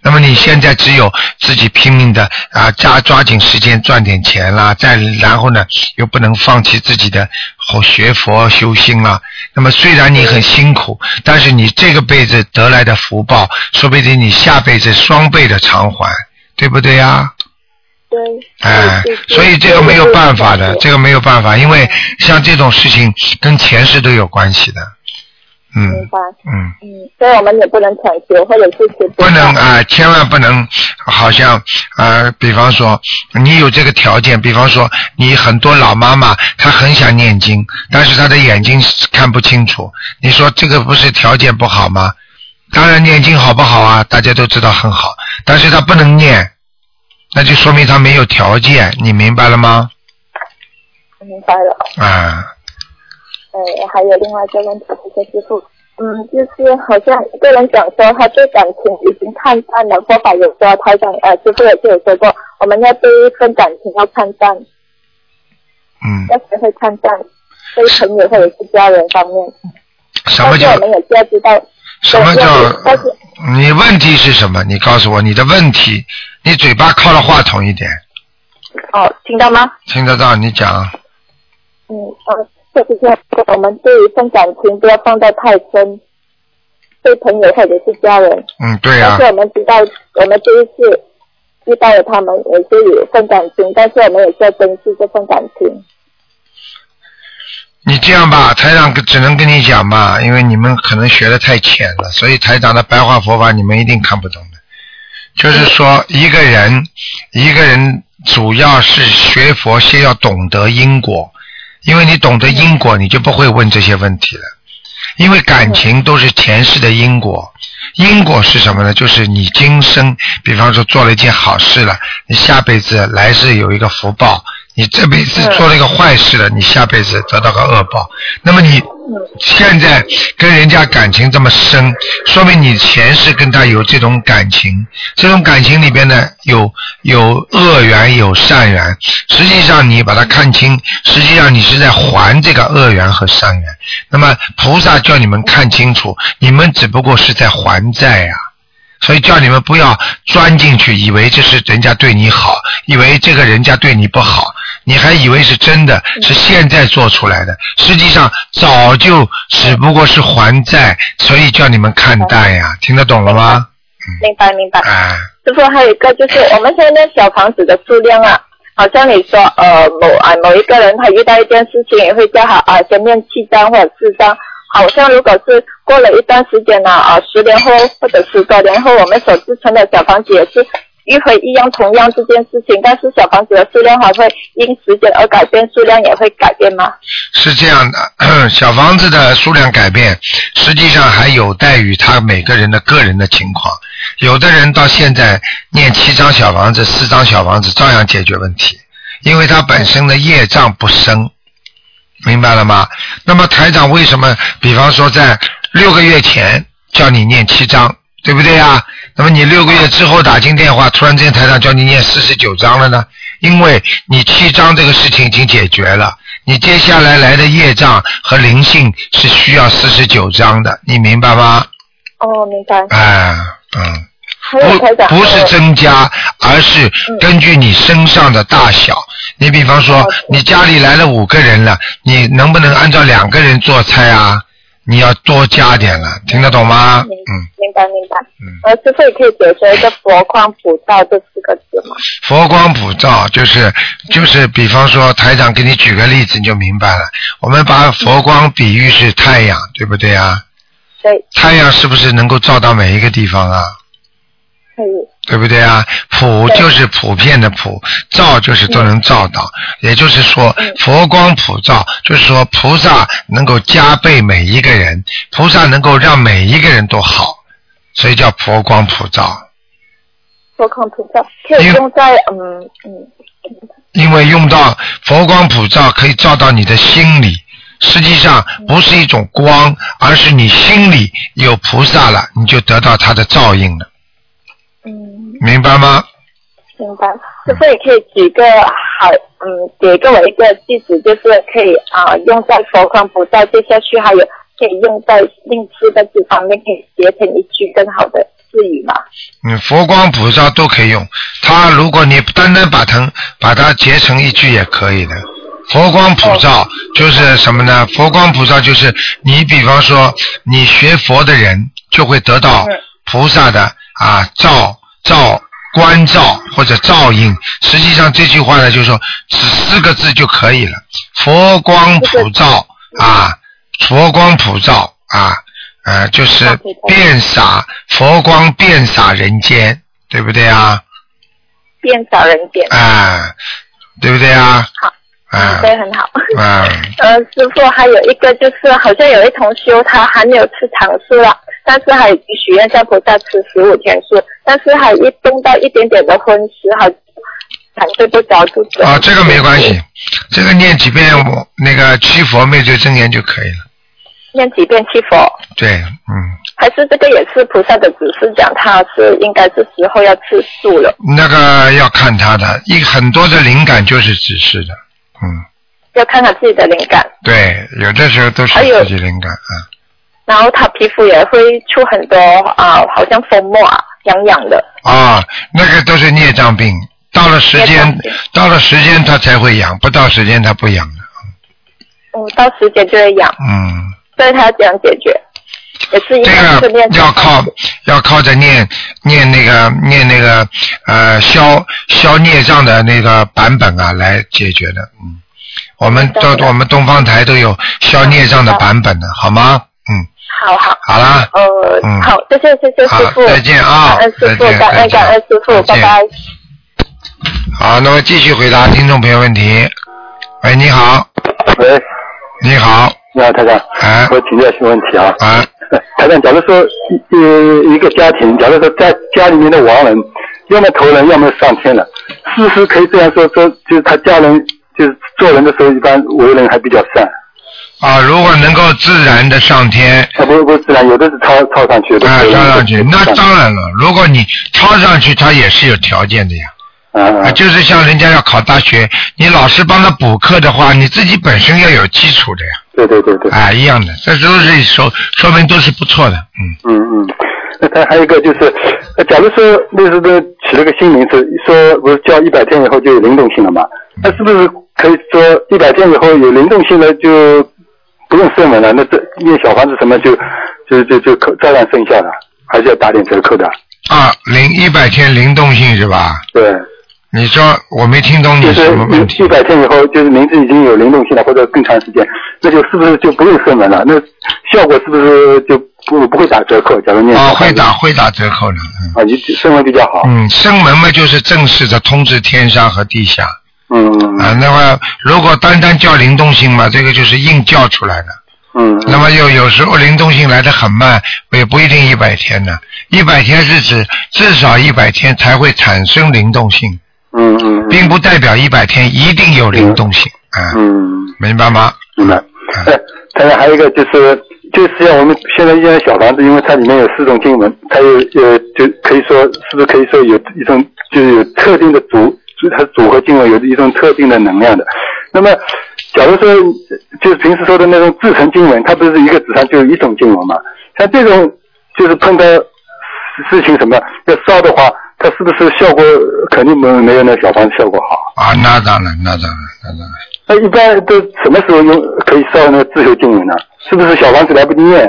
Speaker 2: 那么你现在只有自己拼命的啊，抓抓紧时间赚点钱啦，再然后呢，又不能放弃自己的和学佛修心啦。那么虽然你很辛苦，但是你这个辈子得来的福报，说不定你下辈子双倍的偿还，对不对呀、
Speaker 1: 对，
Speaker 2: 哎，所以这个没有办法的，这个没有办法，因为像这种事情跟前世都有关系的，嗯
Speaker 1: 明白，
Speaker 2: 嗯，
Speaker 1: 嗯，所以我们也不能强求，或者是学
Speaker 2: 不能啊、千万不能，好像啊、比方说你有这个条件，比方说你很多老妈妈她很想念经，但是她的眼睛看不清楚，你说这个不是条件不好吗？当然念经好不好啊，大家都知道很好，但是她不能念，那就说明她没有条件，你明白了吗？
Speaker 1: 明白了。
Speaker 2: 啊，
Speaker 1: 呃，还有另外一个问题，谢谢师傅。嗯，就是好像一个人讲说他对感情已经看淡了，佛法有说，台长呃师傅也是有说过，我们要对一份感情要看淡，
Speaker 2: 嗯，
Speaker 1: 要学会看淡，对朋友或者是家人方面。
Speaker 2: 什
Speaker 1: 但
Speaker 2: 么
Speaker 1: 是
Speaker 2: 叫
Speaker 1: 我们也需要知道，
Speaker 2: 什么
Speaker 1: 要
Speaker 2: 叫
Speaker 1: 是？但是
Speaker 2: 你问题是什么？你告诉我你的问题，你嘴巴靠了话筒一点，
Speaker 1: 哦，听到吗？
Speaker 2: 听得到你讲。
Speaker 1: 嗯，呃，这就是我们对一份感情不要放得太深，对朋友或者是家人。
Speaker 2: 嗯，对
Speaker 6: 啊
Speaker 2: 呀、
Speaker 1: 但是我们知道，我们这一次遇到了他们，也是有一份感情，但是我们也是要珍惜这份感情。
Speaker 2: 你这样吧，台长只能跟你讲嘛，因为你们可能学的太浅了，所以台长的白话佛法你们一定看不懂的。就是说，一个人，一个人主要是学佛，先要懂得因果，因为你懂得因果，你就不会问这些问题了。因为感情都是前世的因果，因果是什么呢？就是你今生，比方说做了一件好事了，你下辈子来世有一个福报；你这辈子做了一个坏事了，你下辈子得到个恶报。那么你现在跟人家感情这么深，说明你前世跟他有这种感情，这种感情里边呢有有恶缘有善缘，实际上你把它看清，实际上你是在还这个恶缘和善缘。那么菩萨叫你们看清楚，你们只不过是在还债啊呀、所以叫你们不要钻进去，以为这是人家对你好，以为这个人家对你不好，你还以为是真的，是现在做出来的，实际上早就只不过是还债，所以叫你们看淡呀，听得懂了吗？
Speaker 1: 明白，明白。
Speaker 2: 哎，
Speaker 1: 师傅，还有一个就是我们现在小房子的数量啊，好像你说呃某啊某一个人他遇到一件事情，也会叫他啊先念七张或者四张。好像如果是过了一段时间呢，啊十年后或者十多年后，我们所制成的小房子也是一回一样同样这件事情，但是小房子的数量还会因时间而改变，数量也会改变吗？
Speaker 2: 是这样的， 小房子的数量改变，实际上还有待于他每个人的个人的情况。有的人到现在念七张小房子、四张小房子，照样解决问题，因为他本身的业障不深，明白了吗？那么台长为什么，比方说在六个月前叫你念七张，对不对啊？那么你六个月之后打进电话，突然之间台长叫你念四十九章了呢？因为你七章这个事情已经解决了，你接下来来的业障和灵性是需要四十九章的，你明白吗？
Speaker 1: 哦，明白。
Speaker 2: 哎，嗯。
Speaker 1: 还有台
Speaker 2: 不
Speaker 1: 长，嗯
Speaker 2: 不是增加，而是根据你身上的大小。你比方说
Speaker 1: 哦，
Speaker 2: 你家里来了五个人了，你能不能按照两个人做菜啊？你要多加点了，听得懂吗？
Speaker 1: 明
Speaker 2: 嗯，
Speaker 1: 明白明白。
Speaker 2: 嗯
Speaker 1: 呃，师傅也可以解说一个佛光普照这四个字吗？
Speaker 2: 佛光普照就是就是，比方说台长给你举个例子，你就明白了。我们把佛光比喻是太阳，对不对啊？
Speaker 1: 嗯对，
Speaker 2: 太阳是不是能够照到每一个地方啊？
Speaker 1: 可以。
Speaker 2: 对不对啊？普就是普遍的普，照就是都能照到，也就是说佛光普照，就是说菩萨能够加倍每一个人，菩萨能够让每一个人都好，所以叫佛光普照。
Speaker 1: 佛光普照可以
Speaker 2: 因
Speaker 1: 用在嗯嗯
Speaker 2: 因为用到佛光普照，可以照到你的心里。实际上不是一种光，而是你心里有菩萨了，你就得到他的照应了，
Speaker 1: 嗯，
Speaker 2: 明白吗？
Speaker 7: 明白。师傅也可以举个好，嗯，给给我一个句子，就是可以啊、用在佛光普照这些区，还有可以用在另吃的这方面，可以结成一句更好的字语嘛？
Speaker 2: 嗯，佛光普照都可以用。它如果你单单把它把它结成一句也可以的。佛光普照就是什么呢？佛光普照就是你，比方说你学佛的人就会得到菩萨的啊照照关照或者照应。实际上这句话呢，就是说只四个字就可以了。佛光普照啊，佛光普照啊，呃，就是遍洒佛光遍洒人间，对不对啊？
Speaker 7: 变少人点，
Speaker 2: 啊，对不对啊？
Speaker 7: 好
Speaker 2: 啊
Speaker 7: 对，很好。
Speaker 2: 啊，
Speaker 7: 呃，师傅还有一个就是，好像有一同修他还没有吃长素了，但是还已经许愿向菩萨吃十五天素，但是还一动到一点点的荤食，好像睡不着肚子。
Speaker 2: 啊，这个没关系，这个念几遍我那个七佛灭罪真言就可以了。
Speaker 7: 念几遍七佛，
Speaker 2: 对，嗯，
Speaker 7: 还是这个也是菩萨的指示，讲他是应该是时候要吃素了，
Speaker 2: 那个要看他的，一很多的灵感就是指示的，嗯，
Speaker 7: 要看他自己的灵感。
Speaker 2: 对，有的时候都是
Speaker 7: 还有
Speaker 2: 自己灵感啊。
Speaker 7: 然后他皮肤也会出很多啊、好像风沫啊，痒痒的。
Speaker 2: 啊，那个都是孽障病，到了时
Speaker 7: 孽障
Speaker 2: 间
Speaker 7: 病，
Speaker 2: 到了时间它才会痒，不到时间它不痒的。
Speaker 7: 嗯，到时间就会痒，
Speaker 2: 嗯，
Speaker 7: 所以他要怎样解决？也是应
Speaker 2: 这
Speaker 7: 该是
Speaker 2: 个
Speaker 7: 念
Speaker 2: 要靠要靠着念念那个念那个呃消消孽障的那个版本啊来解决的。嗯，我们
Speaker 7: 明白
Speaker 2: 都
Speaker 7: 了
Speaker 2: 我们东方台都有消孽障的版本的，好吗？嗯，
Speaker 7: 好好。
Speaker 2: 好啦，
Speaker 7: 呃，
Speaker 2: 嗯
Speaker 7: 好，谢谢谢谢
Speaker 2: 好
Speaker 7: 师傅，，
Speaker 2: 再见啊
Speaker 7: 感恩，
Speaker 2: 再
Speaker 7: 师傅，感
Speaker 2: 见，再
Speaker 7: 恩感恩
Speaker 2: 见。
Speaker 7: 师傅，拜
Speaker 2: 再见
Speaker 7: 拜。
Speaker 2: 好，那么继续回答听众朋友问题。喂，你好，
Speaker 6: 喂，
Speaker 2: 你好，
Speaker 6: 你好，台长，
Speaker 2: 哎、
Speaker 6: 我请教一些问题啊。
Speaker 2: 啊，
Speaker 6: 台长，假如说一呃一个家庭，假如说家家里面的亡人，要么投人，要么上天了，是不是可以这样说？说就是他家人，就是做人的时候，一般为人还比较善，
Speaker 2: 啊，如果能够自然的上天，
Speaker 6: 他不不自然，有的是超超上去，有的
Speaker 2: 啊，
Speaker 6: 是
Speaker 2: 超上去，那
Speaker 6: 上
Speaker 2: 当然了。如果你超上去，它也是有条件的呀。
Speaker 6: 啊
Speaker 2: 啊，
Speaker 6: 啊
Speaker 2: 就是像人家要考大学，你老师帮他补课的话，你自己本身要有基础的呀。
Speaker 6: 对对对对，
Speaker 2: 啊，一样的，这都是说说明都是不错的。嗯，
Speaker 6: 嗯嗯。那他还有一个就是，呃假如说那时候起了个新名字，说不是叫一百天以后就有灵动性了嘛？那是不是可以说一百天以后有灵动性了就不用圣文了？那这念小房子什么就就就就可照样生下了，还是要打点折扣的？
Speaker 2: 啊，零一百天灵动性是吧？
Speaker 6: 对，
Speaker 2: 你说我没听懂
Speaker 6: 就
Speaker 2: 你什么问
Speaker 6: 是
Speaker 2: 题
Speaker 6: 一百天以后就是名字已经有灵动性了，或者更长时间，那就是不是就不用圣文了？那效果是不是就不不会打折扣？假如念
Speaker 2: 啊，
Speaker 6: 小房子
Speaker 2: 会打会打折扣的。嗯
Speaker 6: 啊，你圣文比较好。
Speaker 2: 嗯，生门嘛就是正式的通知天上和地下。
Speaker 6: 嗯嗯
Speaker 2: 啊，那么如果单单叫灵动性嘛，这个就是硬叫出来的。
Speaker 6: 嗯，
Speaker 2: 那么又有时候灵动性来得很慢，也不一定一百天呢。一百天是指至少一百天才会产生灵动性，
Speaker 6: 嗯嗯，嗯
Speaker 2: 并不代表一百天一定有灵动性啊，
Speaker 6: 嗯，
Speaker 2: 明白吗？
Speaker 6: 明白。
Speaker 2: 嗯
Speaker 6: 哎，当然还有一个就是，就是像我们现在念的小房子，因为它里面有四种经文，它有呃，就可以说是不是可以说有一种就是有特定的组，就是它组合经文有一种特定的能量的。那么，假如说就是平时说的那种制成经文，它不是一个纸上就有一种经文嘛？像这种就是碰到事情什么要烧的话，它是不是效果肯定没有没有那小房子效果好？
Speaker 2: 啊，那当然，那当然，那当然。
Speaker 6: 那一般都什么时候用可以烧那个自修经文呢？是不是小房子来不及念，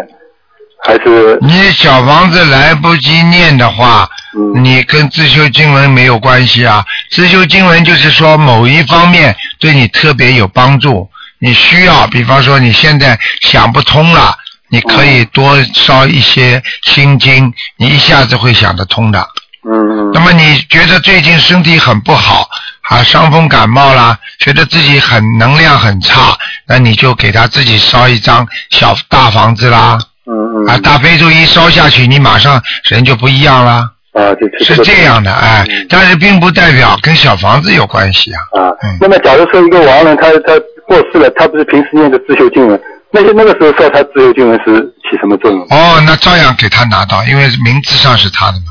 Speaker 6: 还是
Speaker 2: 你小房子来不及念的话，
Speaker 6: 嗯
Speaker 2: 你跟自修经文没有关系啊。自修经文就是说某一方面对你特别有帮助，你需要，比方说你现在想不通了，你可以多烧一些心经，你一下子会想得通的。
Speaker 6: 嗯
Speaker 2: 那么你觉得最近身体很不好啊，伤风感冒啦，觉得自己很能量很差，那你就给他自己烧一张小大房子啦。
Speaker 6: 嗯嗯
Speaker 2: 啊，大悲咒一烧下去，你马上人就不一样了，
Speaker 6: 啊，就是嗯
Speaker 2: 是这样的，哎，但是并不代表跟小房子有关系啊。
Speaker 6: 啊
Speaker 2: 嗯。
Speaker 6: 那么假如说一个亡人他他过世了，他不是平时念的自修经文，那些那个时候烧他自修经文是起什么作用？
Speaker 2: 哦，那照样给他拿到，因为名字上是他的嘛。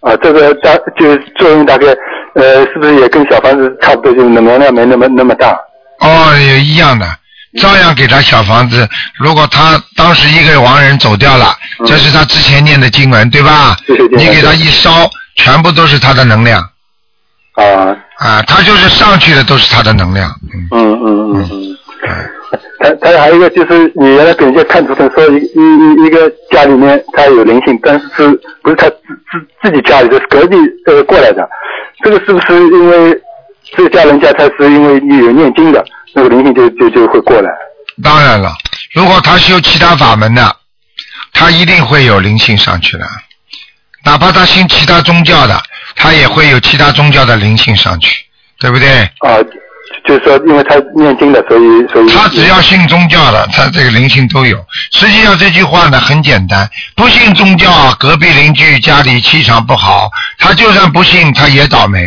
Speaker 6: 啊，这个大就是作用大概呃，是不是也跟小房子差不多，就是能量没那么那么大？
Speaker 2: 哦，也一样的，
Speaker 6: 嗯
Speaker 2: 照样给他小房子。如果他当时一个亡人走掉了，这是他之前念的经文，对吧？
Speaker 6: 嗯对对对
Speaker 2: 你给他一烧，全部都是他的能量
Speaker 6: 啊，
Speaker 2: 啊，他就是上去的都是他的能量。嗯
Speaker 6: 嗯嗯嗯嗯。
Speaker 2: 嗯
Speaker 6: 他他还有一个就是你原来给人家看图腾说一一一一个家里面他有灵性，但是是不是他自自自己家里的，是隔壁呃过来的？这个是不是因为这个家人家他是因为你有念经的，那个灵性就就就会过来？
Speaker 2: 当然了，如果他修其他法门的，他一定会有灵性上去的。哪怕他信其他宗教的，他也会有其他宗教的灵性上去，对不对？
Speaker 6: 啊，就是说因为他念经的，所以所以
Speaker 2: 他只要信宗教的，他这个灵性都有。实际上这句话呢很简单，不信宗教啊，隔壁邻居家里气场不好，他就算不信，他也倒霉。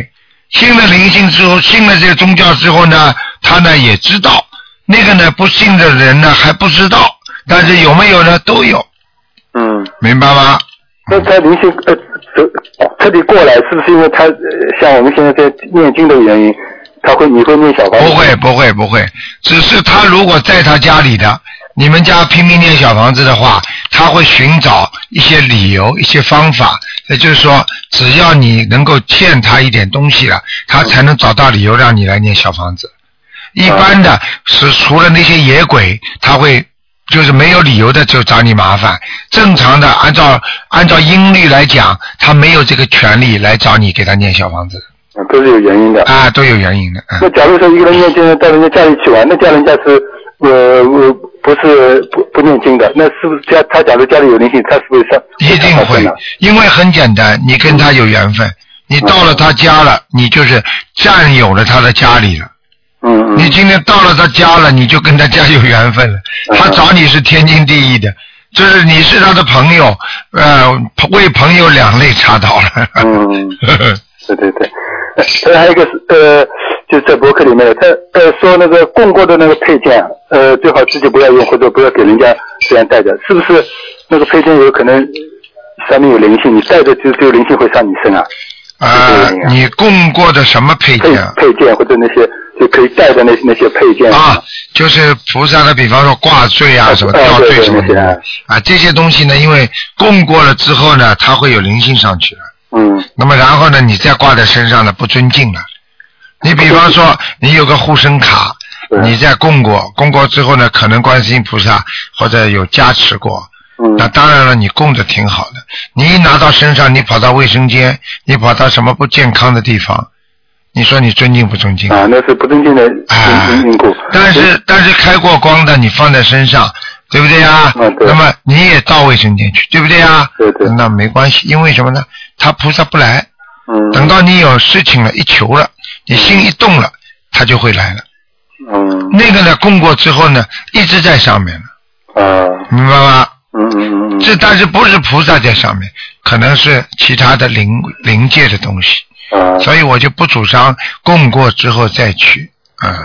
Speaker 2: 信了灵性之后，信了这个宗教之后呢，他呢也知道，那个呢不信的人呢还不知道，但是有没有呢都有，
Speaker 6: 嗯，
Speaker 2: 明白吗？
Speaker 6: 那他灵性呃走特地过来，是不是因为他、呃像我们现在在念经的原因，他会你会念小房子？
Speaker 2: 不会，不会，不会，只是他如果在他家里的，你们家拼命念小房子的话，他会寻找一些理由、一些方法。也就是说，只要你能够欠他一点东西了，他才能找到理由让你来念小房子。一般的是除了那些野鬼，他会就是没有理由的就找你麻烦。正常的，按照按照阴历来讲，他没有这个权利来找你给他念小房子
Speaker 6: 啊，都是有原因的。
Speaker 2: 啊，都有原因的。嗯
Speaker 6: 那假如说一个人念经到人家家里去玩，那家人家是呃呃不是不不念经的，那是不是家他假如家里有灵性，他是不是上
Speaker 2: 一定会，因为很简单，你跟
Speaker 6: 嗯
Speaker 2: 他有缘分，你到了他家了，你就是占有了他的家里了。
Speaker 6: 嗯
Speaker 2: 你
Speaker 6: 嗯
Speaker 2: 今天到了他家了，你就跟他家有缘分了。他找你是天经地义的，就是你是他的朋友，呃，为朋友两肋插刀了。
Speaker 6: 嗯，对对对。呃，还有一个是呃，就是在博客里面的，他呃说那个供过的那个配件，呃最好自己不要用或者不要给人家这样带着，是不是那个配件有可能上面有灵性，你带着就就灵性会上你身啊？
Speaker 2: 啊、你供过的什么配
Speaker 6: 配
Speaker 2: 件啊？
Speaker 6: 配件或者那些就可以带的那些那些配件
Speaker 2: 啊，就是菩萨的，比方说挂坠啊，什么
Speaker 6: 啊
Speaker 2: 吊
Speaker 6: 对
Speaker 2: 坠
Speaker 6: 对
Speaker 2: 什么
Speaker 6: 那些啊
Speaker 2: 的啊，这些东西呢，因为供过了之后呢，它会有灵性上去了。
Speaker 6: 嗯
Speaker 2: 那么然后呢，你再挂在身上呢，不尊敬了。你比方说，你有个护身卡，
Speaker 6: 对
Speaker 2: 你在供过，供过之后呢，可能观世音菩萨或者有加持过。
Speaker 6: 嗯
Speaker 2: 那当然了，你供的挺好的。你一拿到身上，你跑到卫生间，你跑到什么不健康的地方，你说你尊敬不尊敬？
Speaker 6: 啊，那是不正经的
Speaker 2: 哎
Speaker 6: 因因因果。
Speaker 2: 但是但是开过光的你放在身上，对不对啊？
Speaker 6: 嗯对
Speaker 2: 那么你也到卫生间去，对不对啊？
Speaker 6: 对对
Speaker 2: 那没关系，因为什么呢？他菩萨不来，
Speaker 6: 嗯
Speaker 2: 等到你有事情了，一求了，你心一动了，他就会来了。
Speaker 6: 嗯
Speaker 2: 那个呢，供过之后呢，一直在上面了，
Speaker 6: 啊
Speaker 2: 明白吗？
Speaker 6: 嗯嗯嗯
Speaker 2: 这但是不是菩萨在上面，可能是其他的灵灵界的东西，
Speaker 6: 嗯啊，
Speaker 2: 所以我就不主张供过之后再去，嗯。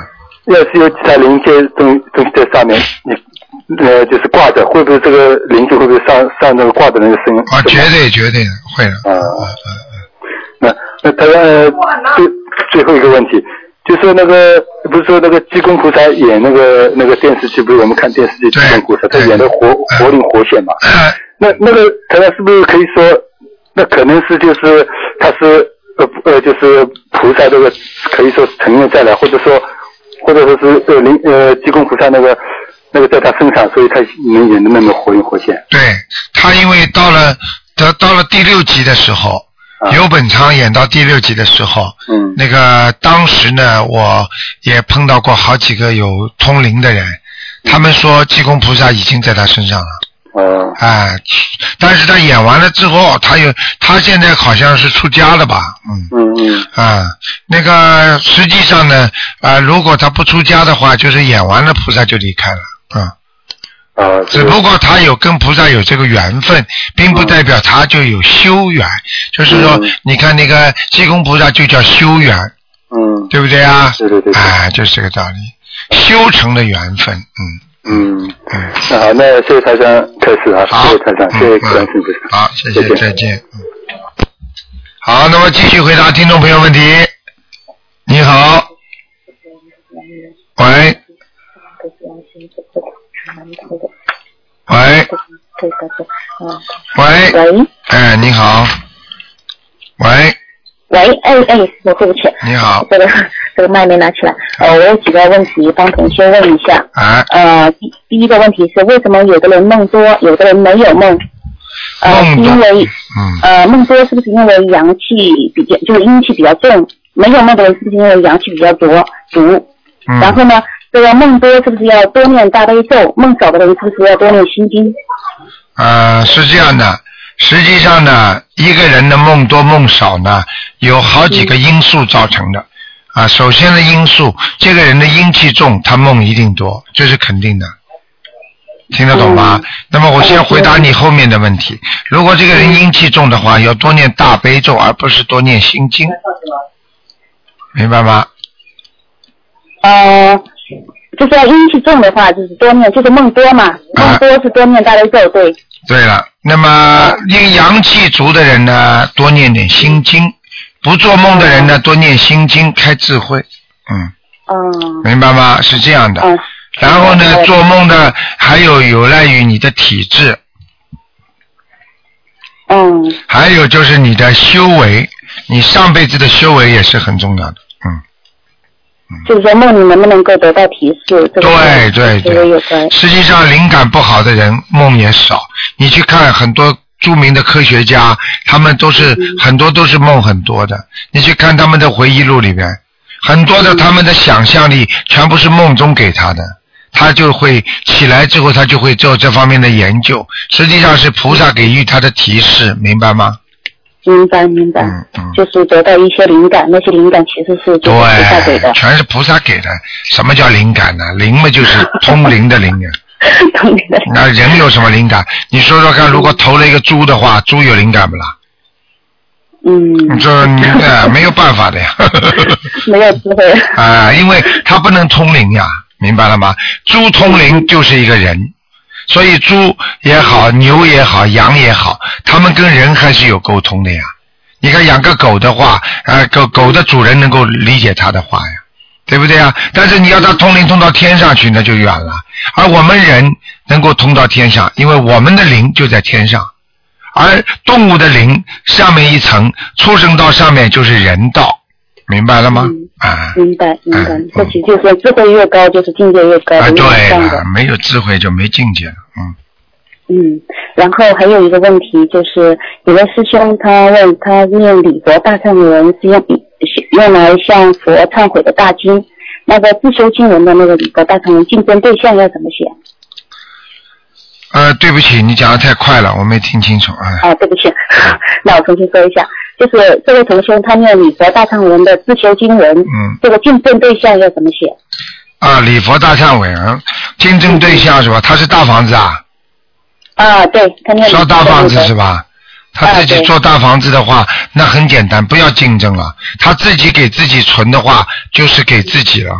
Speaker 6: 要是有其他零件东东西在上面，你呃就是挂着，会不会这个零件会不会上上那个挂的那个声音？
Speaker 2: 啊，绝对绝对的会的。
Speaker 6: 啊那那他呃最最后一个问题，就说那个不是说那个济公菩萨演那个那个电视剧，不是我们看电视剧济
Speaker 2: 对
Speaker 6: 公菩萨，他
Speaker 2: 对嗯
Speaker 6: 演的活活灵活现嘛？
Speaker 2: 呃
Speaker 6: 那那个台长是不是可以说，那可能是就是他是呃呃就是菩萨这个可以说是成愿再来，或者说或者说是呃灵呃济公菩萨那个那个在他身上，所以他能演的那么活灵活现。
Speaker 2: 对他，因为到了到到了第六集的时候，
Speaker 6: 啊
Speaker 2: 游本昌演到第六集的时候，
Speaker 6: 嗯
Speaker 2: 那个当时呢，我也碰到过好几个有通灵的人，
Speaker 6: 嗯
Speaker 2: 他们说济公菩萨已经在他身上了。
Speaker 6: 呃
Speaker 2: 哎，但是他演完了之后，他有他现在好像是出家了吧？嗯
Speaker 6: 嗯嗯
Speaker 2: 啊，那个实际上呢，啊、如果他不出家的话，就是演完了菩萨就离开了。嗯，
Speaker 6: 啊，
Speaker 2: 只不过他有跟菩萨有这个缘分，并不代表他就有修缘。就是说
Speaker 6: 嗯，
Speaker 2: 你看那个济公菩萨就叫修缘，
Speaker 6: 嗯
Speaker 2: 对不对啊？
Speaker 6: 对对对对
Speaker 2: 哎，就是这个道理，修成的缘分。嗯
Speaker 6: 嗯，
Speaker 2: 嗯，
Speaker 6: 那好，那谢谢台长开始啊，
Speaker 2: 好，
Speaker 6: 谢
Speaker 2: 嗯
Speaker 6: 谢台长，谢谢观世音菩萨
Speaker 2: 嗯，好，谢
Speaker 6: 再
Speaker 2: 谢，
Speaker 6: 见
Speaker 2: 再见。嗯，好，那么继续回答听众朋友问题。你好，喂，喂，
Speaker 7: 嗯
Speaker 2: 喂，
Speaker 7: 喂
Speaker 2: 哎，你好，喂，
Speaker 7: 喂，哎哎，我对不起，
Speaker 2: 你好，
Speaker 7: 这个这个麦没拿起来。呃，我有几个问题帮同学问一下。
Speaker 2: 哎，
Speaker 7: 呃，第第一个问题是为什么有的人梦多，有的人没有梦？呃，是
Speaker 2: 梦多
Speaker 7: 因为
Speaker 2: 嗯，
Speaker 7: 呃梦多是不是因为阳气比较就是阴气比较重？没有梦的人是不是因为阳气比较足足？然
Speaker 2: 嗯，
Speaker 7: 后呢，这个梦多是不是要多念大悲咒？梦少的人是不是要多念心经？
Speaker 2: 呃，是这样的，实际上呢，一个人的梦多梦少呢，有好几个因素造成的。啊，首先的因素，这个人的阴气重，他梦一定多，这是肯定的，听得懂吗？那么我先回答你后面的问题。如果这个人阴气重的话，要多念大悲咒，而不是多念心经，明白吗？
Speaker 7: 呃，就是要阴气重的话，就是多念，就是梦多嘛，
Speaker 2: 啊嗯
Speaker 7: 梦多是多念大悲咒，对。
Speaker 2: 对了，那么
Speaker 7: 哦
Speaker 2: 阴阳气足的人呢，多念点心经；不做梦的
Speaker 7: 哦
Speaker 2: 人呢，多念心经，开智慧。嗯，
Speaker 7: 嗯
Speaker 2: 明白吗？是这样的。
Speaker 7: 嗯
Speaker 2: 然后
Speaker 7: 明白
Speaker 2: 呢，
Speaker 7: 了
Speaker 2: 做梦的还有有赖于你的体质，
Speaker 7: 嗯
Speaker 2: 还有就是你的修为，你上辈子的修为也是很重要的。嗯，，
Speaker 7: 就是说梦你能不能够得到提示？这个
Speaker 2: 对对
Speaker 7: 这个
Speaker 2: 对
Speaker 7: 有关。
Speaker 2: 实际上灵感不好的人梦也少。你去看很多著名的科学家，他们都
Speaker 7: 嗯
Speaker 2: 是、很多都是梦很多的。你去看他们的回忆录里边，很多的他们的想象力全部是梦中给他的。他就会起来之后，他就会做这方面的研究，实际上是菩萨给予他的提示，明白吗？
Speaker 7: 明白明白。
Speaker 2: 嗯嗯
Speaker 7: 就是得到一些灵感，那些灵感其实是就是菩萨给 的
Speaker 2: 对，，全是菩萨给的。什么叫灵感呢？灵嘛就是通灵的灵啊。
Speaker 7: 懂你的。
Speaker 2: 那人有什么灵感？你说说看，如果投了一个猪的话，猪有灵感不啦？你
Speaker 7: 嗯，
Speaker 2: 说你呃没有办法的呀，
Speaker 7: 没有智慧。
Speaker 2: 啊，因为它不能通灵呀，明白了吗？猪通灵就是一个人，所以猪也好，牛也好，羊也好，它们跟人还是有沟通的呀。你看养个狗的话，呃，狗狗的主人能够理解它的话呀，对不对呀？但是你要它通灵通到天上去，那就远了。而我们人能够通到天上，因为我们的灵就在天上。而动物的灵上面一层，畜生道上面就是人道，明白了吗？啊
Speaker 7: 明白明白
Speaker 2: 嗯，
Speaker 7: 这其实就是说智慧越高，就是境界越高
Speaker 2: 啊，
Speaker 7: 的越
Speaker 2: 对
Speaker 7: 上的
Speaker 2: 了。，没有智慧就没境界了，嗯
Speaker 7: 嗯，然后还有一个问题就是，有位师兄他问他念礼佛大忏悔文是用用来向佛忏悔的大经，那个自修经文的那个礼佛大忏悔文竞争对象要怎么写？
Speaker 2: 呃，对不起，你讲的太快了，我没听清楚啊。
Speaker 7: 啊，对不起， 那我重新说一下，就是这位同修他念礼佛大忏悔文的自修经文，
Speaker 2: 嗯
Speaker 7: 这个竞争对象要怎么写？
Speaker 2: 啊，礼佛大忏悔啊，竞争对象是吧？他是大房子啊，
Speaker 7: 啊，对，嗯他念礼
Speaker 2: 烧
Speaker 7: 佛
Speaker 2: 大房子
Speaker 7: 那个
Speaker 2: 是吧？他自己
Speaker 7: 对
Speaker 2: 做大房子的话，那很简单，不要竞争了。他自己给自己存的话，就是给自己了，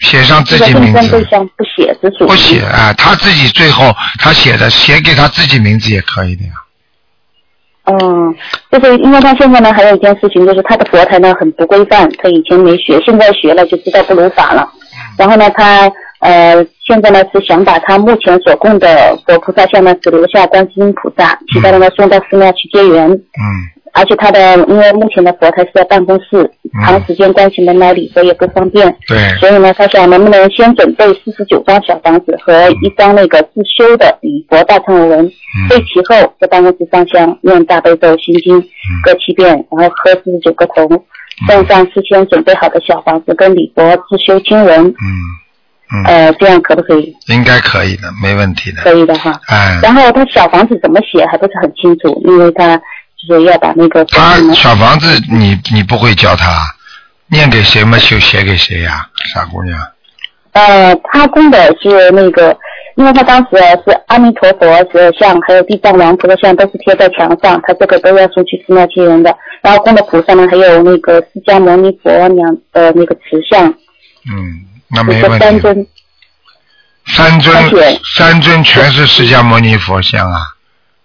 Speaker 2: 写上自
Speaker 7: 这个
Speaker 2: 己名
Speaker 7: 竞争
Speaker 2: 字
Speaker 7: 对。象不写，只属于
Speaker 2: 不写啊、哎他自己最后他写的写给他自己名字也可以的呀。
Speaker 7: 嗯，就是因为他现在呢，还有一件事情，就是他的佛台呢很不规范，他以前没学，现在学了就知道不如法了。然后呢，他呃现在呢是想把他目前所供的佛菩萨像呢只留下观世音菩萨，其他的呢送到寺庙去结缘。
Speaker 2: 嗯，
Speaker 7: 而且他的因为目前的佛台是在办公室，长时间关系能来礼佛也不方便，
Speaker 2: 对，
Speaker 7: 所以呢，他想能不能先准备四十九张小房子和一张那个自修的礼佛大忏悔文，备
Speaker 2: 嗯嗯
Speaker 7: 齐后在办公室上香念大悲咒心经各七遍，然后喝四十九个头，
Speaker 2: 嗯
Speaker 7: 送上事先准备好的小房子跟礼佛自修经文，
Speaker 2: 嗯嗯，
Speaker 7: 呃，这样可不可以？
Speaker 2: 应该可以的，没问题的。
Speaker 7: 可以的哈。
Speaker 2: 哎，
Speaker 7: 然后他小房子怎么写还不是很清楚，因为他就是要把那个
Speaker 2: 他小房子你你不会教他，念给谁嘛就写给谁呀、傻姑娘。
Speaker 7: 呃，他供的是那个，因为他当时是阿弥陀佛是像，还有地藏王菩萨像都是贴在墙上，他这个都要送去寺庙接人的。然后供的菩萨呢，还有那个释迦牟尼佛娘的那个瓷像，
Speaker 2: 嗯，那
Speaker 7: 就
Speaker 2: 没
Speaker 7: 是
Speaker 2: 问
Speaker 7: 三
Speaker 2: 题。
Speaker 7: 尊。
Speaker 2: 三
Speaker 7: 而
Speaker 2: 尊
Speaker 7: 且
Speaker 2: 三尊全是释迦牟尼佛像啊，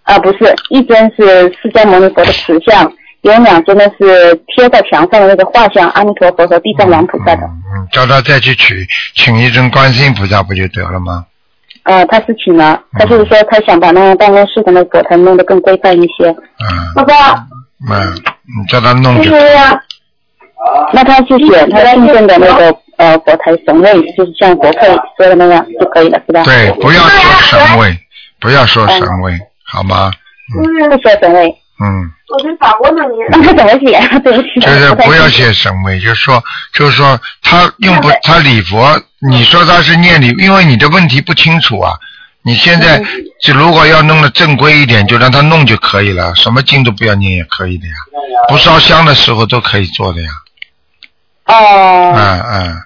Speaker 7: 啊，不是，一尊是释迦牟尼佛的瓷像，有两尊呢是贴在墙上的那个画像，阿弥陀佛和地藏王菩萨的。
Speaker 2: 嗯，叫他再去取，请一尊观世音菩萨不就得了吗？
Speaker 7: 呃，他是请了，他就是说他想把那个办公室的那个佛台弄得更规范一些。
Speaker 2: 嗯
Speaker 7: 那个，
Speaker 2: 嗯，你叫他弄就。
Speaker 7: 那他就选他信正的那个呃佛台神位，就是像国佩说的那样就可以了，是吧？
Speaker 2: 对，啊嗯不要说神位，不要说神位，好吗？
Speaker 7: 不说神位，
Speaker 2: 嗯，
Speaker 5: 我是法国的你。
Speaker 7: 那他怎么写？对不起，
Speaker 2: 就是
Speaker 7: 太
Speaker 2: 不要
Speaker 7: 清楚
Speaker 2: 写神位，就是说，就是说他用不他礼佛，你说他是念礼，因为你的问题不清楚啊。你现在就如果要弄得正规一点，就让他弄就可以了，什么经都不要念也可以的呀，不烧香的时候都可以做的呀。
Speaker 7: 哦，
Speaker 2: 嗯嗯。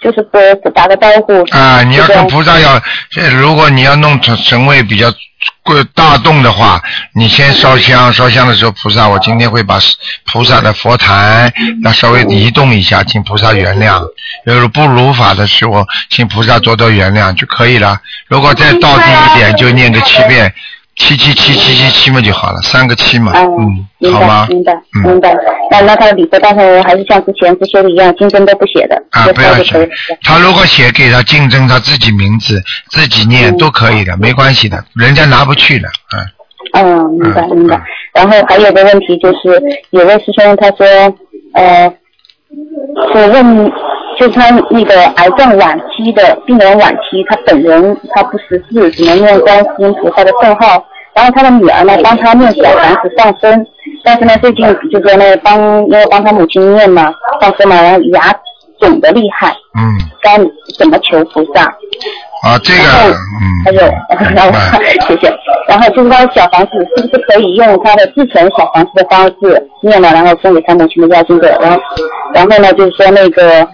Speaker 7: 就是说打个招呼。
Speaker 2: 啊，你要
Speaker 7: 这
Speaker 2: 跟
Speaker 7: 种
Speaker 2: 菩萨要，呃如果你要弄成神位比较贵大动的话，你先烧香，烧香的时候，菩萨，我今天会把菩萨的佛台要稍微移动一下，请菩萨原谅。有不如法的时候，请菩萨多多原谅就可以了。如果再倒地一点，就念个七遍，七七七七七七嘛就好了，三个七嘛，
Speaker 7: 嗯，
Speaker 2: 嗯，
Speaker 7: 明
Speaker 2: 好吗
Speaker 7: 白，？明白，
Speaker 2: 嗯
Speaker 7: 明白。那那他的礼佛大忏悔文还是像之前不说的一样，经真都不写的，
Speaker 2: 啊，
Speaker 7: 就
Speaker 2: 不要
Speaker 7: 抄就可以
Speaker 2: 写
Speaker 7: 了。
Speaker 2: 他如果写给他竞争他自己名字，自己念都可以的，没关系的，人家拿不去的，嗯，
Speaker 7: 嗯，明白
Speaker 2: 嗯
Speaker 7: 明白。然后还有个问题就是，有位师兄他说，呃，我问，就是他那个癌症晚期的病人晚期，他本人他不识字，只能念观世音菩萨的圣号。然后他的女儿呢，帮他念小房子上身，但是呢，最近就说呢，帮因为帮他母亲念嘛，上身嘛，然后牙肿的厉害，
Speaker 2: 嗯，
Speaker 7: 该怎么求菩萨？
Speaker 2: 啊，这
Speaker 7: 然后
Speaker 2: 个，
Speaker 7: 还有，
Speaker 2: 嗯，
Speaker 7: 然
Speaker 2: 明
Speaker 7: 后
Speaker 2: 白。
Speaker 7: 谢谢。然后就是他小房子是不是可以用他的自存小房子的方式念了，然后送给他母亲的要经者，然后然后呢就是说那个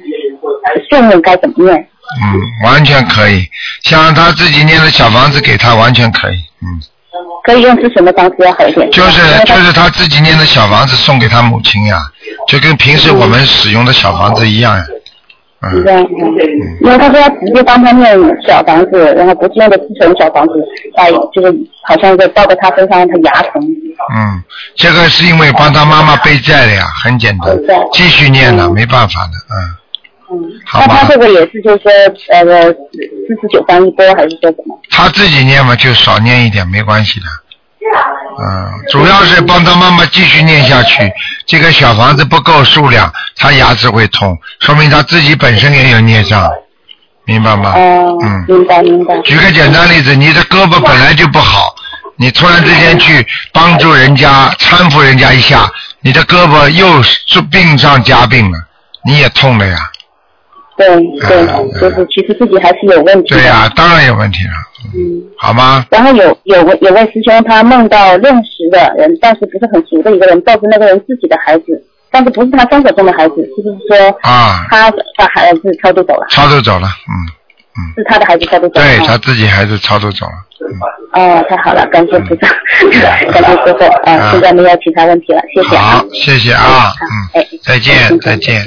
Speaker 7: 顺问该怎么念？
Speaker 2: 嗯，完全可以，像他自己念的小房子给他完全可以，嗯，
Speaker 7: 可以用是什么方式要好一点？
Speaker 2: 就是
Speaker 7: 因为他
Speaker 2: 就是他自己念的小房子送给他母亲呀，就跟平时我
Speaker 7: 嗯
Speaker 2: 们使用的小房子一样呀，嗯
Speaker 7: 这，样，嗯因为他说他直接帮他念小房子，然后不是那个自存小房子，哎，就是好像在抱在他身上让他牙疼。
Speaker 2: 嗯，这个是因为帮他妈妈背债的呀，很简单
Speaker 7: 背债，
Speaker 2: 继续念了，没办法的，嗯，
Speaker 7: 嗯，
Speaker 2: 好
Speaker 7: 那
Speaker 2: 吧
Speaker 7: 他这个也是就是说呃四十九张一波还是说什么？
Speaker 2: 他自己念嘛，就少念一点，没关系的。嗯，主要是帮他妈妈继续念下去。这个小房子不够数量，他牙齿会痛，说明他自己本身也有孽障，明白吗？
Speaker 7: 哦，
Speaker 2: 嗯
Speaker 7: 明白明白。
Speaker 2: 举个简单例子，你的胳膊本来就不好，你突然之间去帮助人家、搀扶人家一下，你的胳膊又是病上加病了，你也痛了呀。
Speaker 7: 对
Speaker 2: 嗯
Speaker 7: 对，就是其实自己还是有问题的。
Speaker 2: 对呀、啊当然有问题了，
Speaker 7: 嗯。
Speaker 2: 好吗？
Speaker 7: 然后有有位有位师兄，他梦到认识的人，但是不是很熟的一个人，抱着那个人自己的孩子，但是不是他双手中的孩子，是不是说
Speaker 2: 啊，
Speaker 7: 他把孩子超度走了？
Speaker 2: 超度走了，嗯，
Speaker 7: 是他的孩子超度走了？
Speaker 2: 对他
Speaker 7: 哦
Speaker 2: 自己还是超度走了。嗯
Speaker 7: 哦，太好了，感谢菩萨，感谢师傅
Speaker 2: 啊
Speaker 7: 啊！现在没有其他问题了，谢谢啊
Speaker 2: 好。，谢谢啊，嗯，
Speaker 7: 哎，
Speaker 2: 再
Speaker 7: 哎
Speaker 2: 见，再见。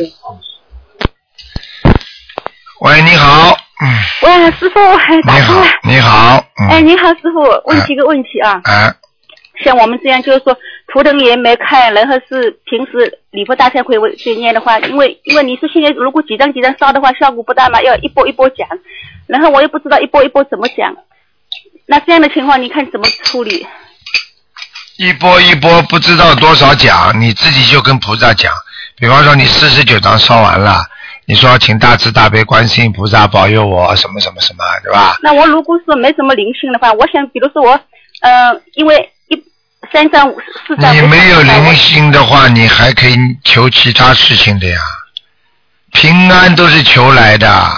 Speaker 2: 喂，你好，嗯，
Speaker 8: 喂，师傅，哎打
Speaker 2: 你
Speaker 8: 通
Speaker 2: 好
Speaker 8: 了。，
Speaker 2: 你好，
Speaker 8: 哎，
Speaker 2: 嗯，
Speaker 8: 你好，师傅，问几个问题啊？
Speaker 2: 哎，
Speaker 8: 像我们这样，就是说图腾也没看，然后是平时礼佛大忏悔文去念的话，因为因为你说现在如果几张几张烧的话，效果不大嘛，要一波一波讲，然后我又不知道一波一波怎么讲，那这样的情况你看怎么处理？
Speaker 2: 一波一波不知道多少讲，你自己就跟菩萨讲，比方说你四十九章烧完了，你说请大慈大悲观世音菩萨保佑我什么什么什么，对吧？
Speaker 8: 那我如果是没什么灵性的话，我想比如说我，呃，因为一三张五四张，
Speaker 2: 你
Speaker 8: 我
Speaker 2: 没有
Speaker 8: 想我
Speaker 2: 灵性的话，你还可以求其他事情的呀，平安都是求来的。
Speaker 8: 啊，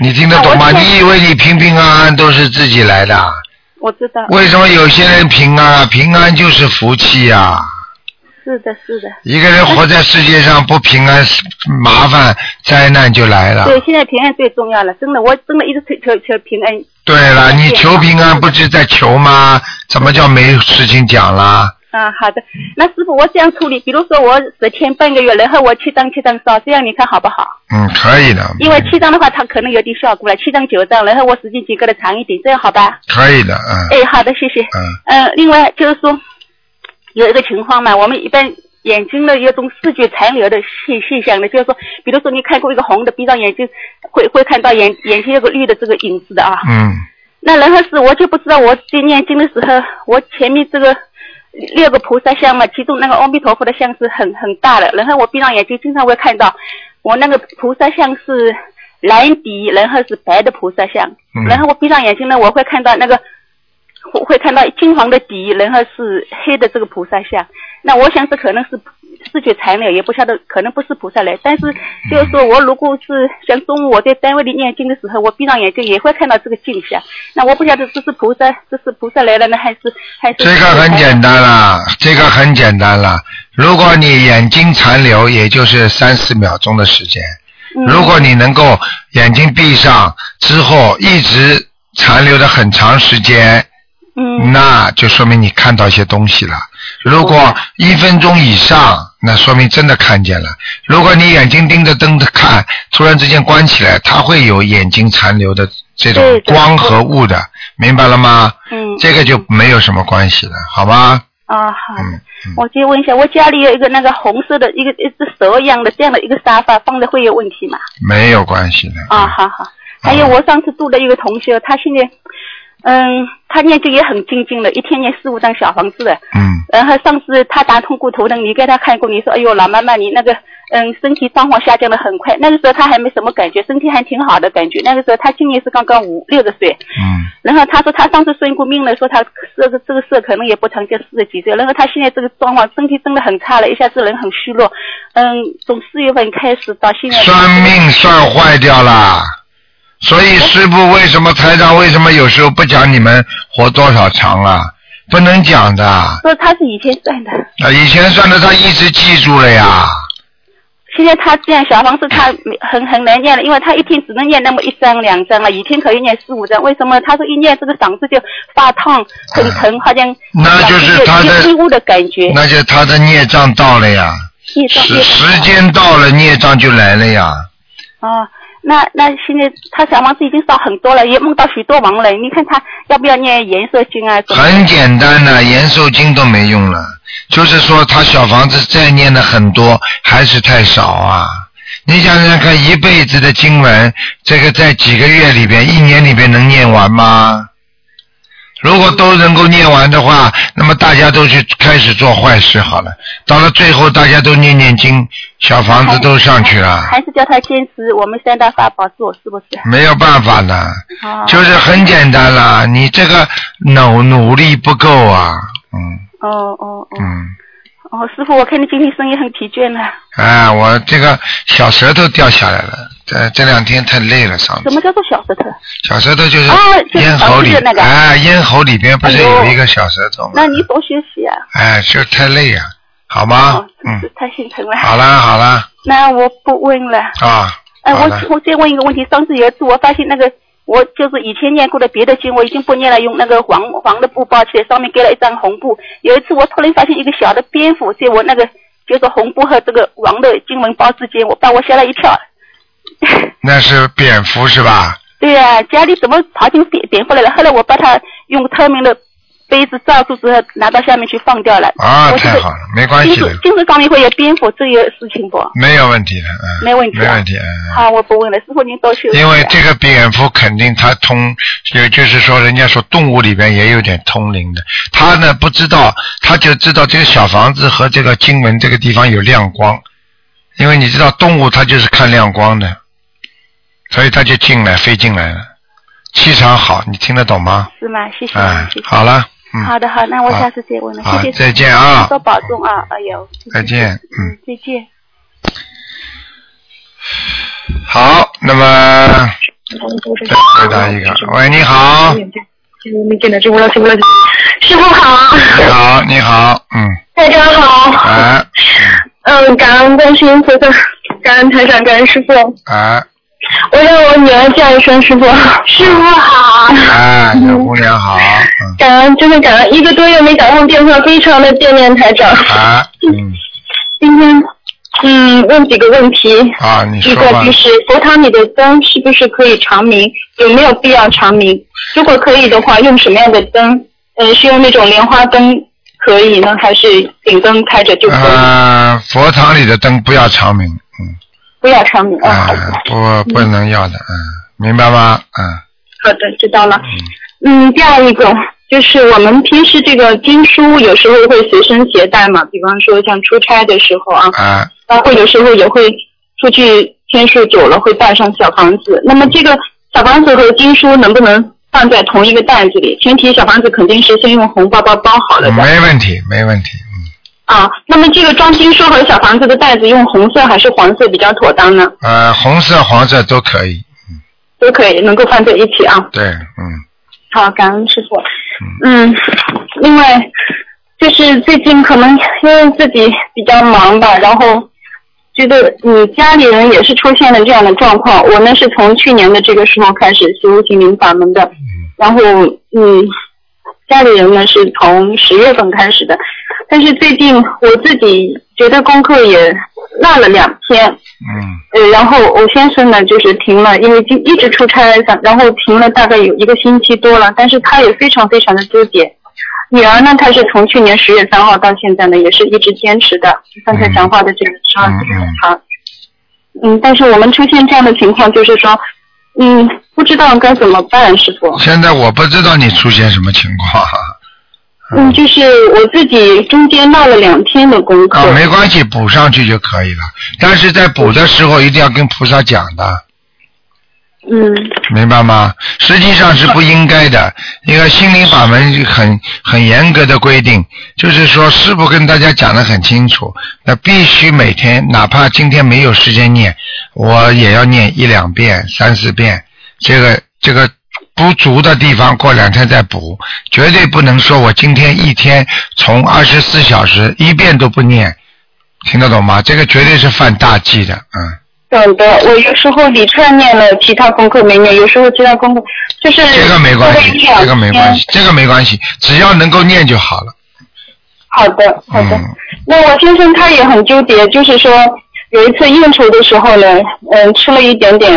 Speaker 2: 你听得懂吗？
Speaker 8: 啊我知道
Speaker 2: 你以为你平平安安都是自己来的？
Speaker 8: 我知道，
Speaker 2: 为什么有些人平安啊？平安就是福气呀、啊。
Speaker 8: 是的，是的。
Speaker 2: 一个人活在世界上不平安，麻烦灾难就来了。
Speaker 8: 对，现在平安最重要了，真的，我真的一直求求求平安。
Speaker 2: 对了，你求平安不是在求吗？怎么叫没事情讲啦？
Speaker 8: 啊，好的，那师傅，我这样处理，比如说我十天半个月，然后我七张七张烧，这样你看好不好？
Speaker 2: 嗯，可以的，
Speaker 8: 因为七张的话，它可能有点效果了，七张九张，然后我时间几个的长一点，这样好吧？
Speaker 2: 可以的，嗯
Speaker 8: 哎，好的，谢谢。
Speaker 2: 嗯
Speaker 8: 嗯、呃，另外就是说，有一个情况嘛，我们一般眼睛的有一种视觉残留的现现象的，就是说，比如说你看过一个红的，闭上眼睛会会看到眼眼前有个绿的这个影子的啊。
Speaker 2: 嗯
Speaker 8: 那然后是我就不知道，我在念经的时候，我前面这个六个菩萨像嘛，其中那个阿弥陀佛的像是很很大的，然后我闭上眼睛经常会看到，我那个菩萨像是蓝底，然后是白的菩萨像，
Speaker 2: 嗯
Speaker 8: 然后我闭上眼睛呢，我会看到那个会会看到金黄的底，然后是黑的这个菩萨像，那我想这可能是。视觉残留也不晓得，可能不是菩萨来，但是就是说我如果是像中午我在单位里念经的时候，我闭上眼睛也会看到这个景象，那我不晓得这是菩萨，这是菩萨来了呢，还是还是
Speaker 2: 这个很简单啦，这个很简单啦。如果你眼睛残留，也就是三四秒钟的时间。
Speaker 8: 嗯
Speaker 2: 如果你能够眼睛闭上之后一直残留的很长时间，
Speaker 8: 嗯
Speaker 2: 那就说明你看到一些东西了。如果一分钟以上，那说明真的看见了。如果你眼睛盯着灯看，突然之间关起来，它会有眼睛残留的这种
Speaker 8: 对对
Speaker 2: 光和雾的，明白了吗？
Speaker 8: 嗯
Speaker 2: 这个就没有什么关系了，好吧？
Speaker 8: 啊好的
Speaker 2: 嗯嗯
Speaker 8: 我就问一下，我家里有一个那个红色的一个一只蛇一样的这样的一个沙发，放着会有问题吗？
Speaker 2: 没有关系的。
Speaker 8: 啊，好好。还有我上次住的一个同学，他现在，嗯，他念经也很精进的，一天念四五张小房子的。
Speaker 2: 嗯，
Speaker 8: 然后上次他打通过头灯，你给他看过，你说哎呦老妈妈你那个嗯身体状况下降的很快，那个时候他还没什么感觉，身体还挺好的感觉。那个时候他今年是刚刚五六个岁，
Speaker 2: 嗯
Speaker 8: 然后他说他上次生过病了，说他这个这个事可能也不长，就四十几岁。然后他现在这个状况，身体真的很差了，一下子人很虚弱。嗯，从四月份开始到现在，
Speaker 2: 算命算坏掉了，所以师傅为什么台长为什么有时候不讲你们活多少长啊？不能讲的，啊，
Speaker 8: 说他是以前哎算的，
Speaker 2: 以前算的他一直记住了呀。
Speaker 8: 现在他这样小房子他很很难念了，因为他一天只能念那么一张两张了，以前可以念四五张。为什么？他说一念这个嗓子就发烫，很疼，好像
Speaker 2: 那嗯就是他的
Speaker 8: 有异物的感觉。
Speaker 2: 那就他的孽障到了呀，
Speaker 8: 一张
Speaker 2: 时
Speaker 8: 一张
Speaker 2: 时间到了，孽障就来了呀。
Speaker 8: 哦，那那现在他小房子已经烧很多了，也梦到许多亡人。你看他要不要念颜色经啊？什么
Speaker 2: 很简单的，延寿经都没用了，就是说他小房子再念的很多，还是太少啊。你想想看，一辈子的经文，这个在几个月里边、一年里边能念完吗？如果都能够念完的话，那么大家都去开始做坏事好了。到了最后，大家都念念经，小房子都上去了，
Speaker 8: 还是叫他坚持我们三大法宝做，是不是？
Speaker 2: 没有办法的。
Speaker 8: 哦，
Speaker 2: 就是很简单啦，你这个努努力不够啊，嗯
Speaker 8: 哦哦哦
Speaker 2: 嗯，
Speaker 8: 哦，师傅，我看你今天生意很疲倦啊了。
Speaker 2: 哎，我这个小舌头掉下来了，这这两天太累了，嗓
Speaker 8: 什
Speaker 2: 子。
Speaker 8: 么叫做小舌头？
Speaker 2: 小舌头就是
Speaker 8: 哦就是
Speaker 2: 咽喉里，
Speaker 8: 嗓子那个
Speaker 2: 哎，咽喉里边不是
Speaker 8: 哎呦
Speaker 2: 有一个小舌头吗
Speaker 8: 那？你多学习啊。
Speaker 2: 哎，就太累呀、好吗
Speaker 8: 哦，？真是
Speaker 2: 嗯，
Speaker 8: 太心疼了。
Speaker 2: 好啦好啦
Speaker 8: 那我不问了。
Speaker 2: 啊，
Speaker 8: 哎，
Speaker 2: 好
Speaker 8: 我
Speaker 2: 了，
Speaker 8: 我再问一个问题，上次有一次我发现那个我就是以前念过的别的经，我已经不念了，用那个黄黄的布包起来，上面盖了一张红布。有一次我突然发现一个小的蝙蝠在我那个就是红布和这个黄的经文包之间，我把我吓了一跳。
Speaker 2: 那是蝙蝠是吧？
Speaker 8: 对呀、家里怎么跑进蝙蝙蝠来了？后来我把它用透明的杯子罩住之后，拿到下面去放掉了。
Speaker 2: 啊，
Speaker 8: 我这
Speaker 2: 太
Speaker 8: 个
Speaker 2: 好了，没关
Speaker 8: 精
Speaker 2: 系的
Speaker 8: 神，精神方面会有蝙蝠这个事情不？
Speaker 2: 没有问题的，嗯，
Speaker 8: 没问题啊
Speaker 2: 没问题，嗯。
Speaker 8: 好，我不问了，师傅您多休息啊。
Speaker 2: 因为这个蝙蝠肯定它通，也就是说，人家说动物里边也有点通灵的。它呢不知道，它就知道这个小房子和这个经文这个地方有亮光，因为你知道动物它就是看亮光的，所以它就进来飞进来了，气场好，你听得懂吗？
Speaker 8: 是吗？谢谢，
Speaker 2: 哎
Speaker 8: 谢，谢。
Speaker 2: 好了，嗯，
Speaker 8: 好的，好，那我
Speaker 2: 好
Speaker 8: 下次再问了，
Speaker 2: 好
Speaker 8: 谢谢，
Speaker 2: 再见啊
Speaker 8: 多保重啊，哎呦，
Speaker 2: 再见，嗯。
Speaker 8: 再见。
Speaker 2: 好，那么再回答一个，
Speaker 8: 嗯
Speaker 2: 喂，你好，
Speaker 7: 师傅好，
Speaker 2: 你好，你好，嗯，
Speaker 7: 大家好，
Speaker 2: 哎
Speaker 7: 嗯，感恩观世音菩萨，感恩台长，感恩师傅，
Speaker 2: 哎
Speaker 7: 我让我女儿叫一声师傅，师傅好，
Speaker 2: 哎，小姑娘好，嗯。
Speaker 7: 感恩真的感恩，一个多月没打通电话，非常的惦念台长，
Speaker 2: 啊，嗯，
Speaker 7: 今天嗯问几个问题，
Speaker 2: 啊，你
Speaker 7: 一
Speaker 2: 说
Speaker 7: 个
Speaker 2: 吧
Speaker 7: 就，是佛堂里的灯是不是可以长明？有没有必要长明？如果可以的话，用什么样的灯？呃，是用那种莲花灯
Speaker 9: 可以呢，还是顶灯开着就可以？
Speaker 2: 呃，佛堂里的灯不要长明，
Speaker 9: 不要长明啊。
Speaker 2: 啊、不不能要的，嗯，明白吗？嗯，
Speaker 9: 好的，知道了。嗯，第二一个就是我们平时这个经书有时候会随身携带嘛，比方说像出差的时候啊，
Speaker 2: 啊，
Speaker 9: 包括有时候也会出去天数久了会带上小房子。那么这个小房子和经书能不能放在同一个袋子里？前提小房子肯定是先用红包包包好了的
Speaker 2: 没问题，没问题。
Speaker 9: 啊。那么这个装经书和小房子的袋子用红色还是黄色比较妥当呢？
Speaker 2: 呃，红色、黄色都可以。
Speaker 9: 都可以能够放在一起啊。
Speaker 2: 对，嗯，
Speaker 9: 好，感恩师傅。嗯，另外就是最近可能因为自己比较忙吧，然后觉得你家里人也是出现了这样的状况。我呢是从去年的这个时候开始修心灵法门的，然后嗯，家里人呢是从十月份开始的，但是最近我自己觉得功课也落了两天，呃，然后我先生呢，就是停了，因为经一直出差，然后停了大概有一个星期多了，但是他也非常非常的纠结。女儿呢，她是从去年十月三号到现在呢，也是一直坚持的。刚才讲话的这个十二啊，嗯，但是我们出现这样的情况，就是说，嗯，不知道该怎么办，师傅。
Speaker 2: 现在我不知道你出现什么情况。
Speaker 9: 嗯，就是我自己中间落了两天的功课。
Speaker 2: 啊，没关系，补上去就可以了。但是在补的时候一定要跟菩萨讲的，
Speaker 9: 嗯
Speaker 2: 明白吗？实际上是不应该的。一个心灵法门很很严格的规定，就是说师傅跟大家讲的很清楚，那必须每天，哪怕今天没有时间念，我也要念一两遍、三四遍。这个这个不足的地方，过两天再补，绝对不能说我今天一天从二十四小时一遍都不念，听得懂吗？这个绝对是犯大忌的，嗯。
Speaker 9: 懂得，我有时候理串念了，其他功课没念；有时候其他功课就是
Speaker 2: 这个没关
Speaker 9: 稍微
Speaker 2: 系，
Speaker 9: 念
Speaker 2: 这个没关系，这个没关系，只要能够念就好了。嗯
Speaker 9: 好的，好的。那我先生他也很纠结，就是说有一次应酬的时候呢，嗯，吃了一点点，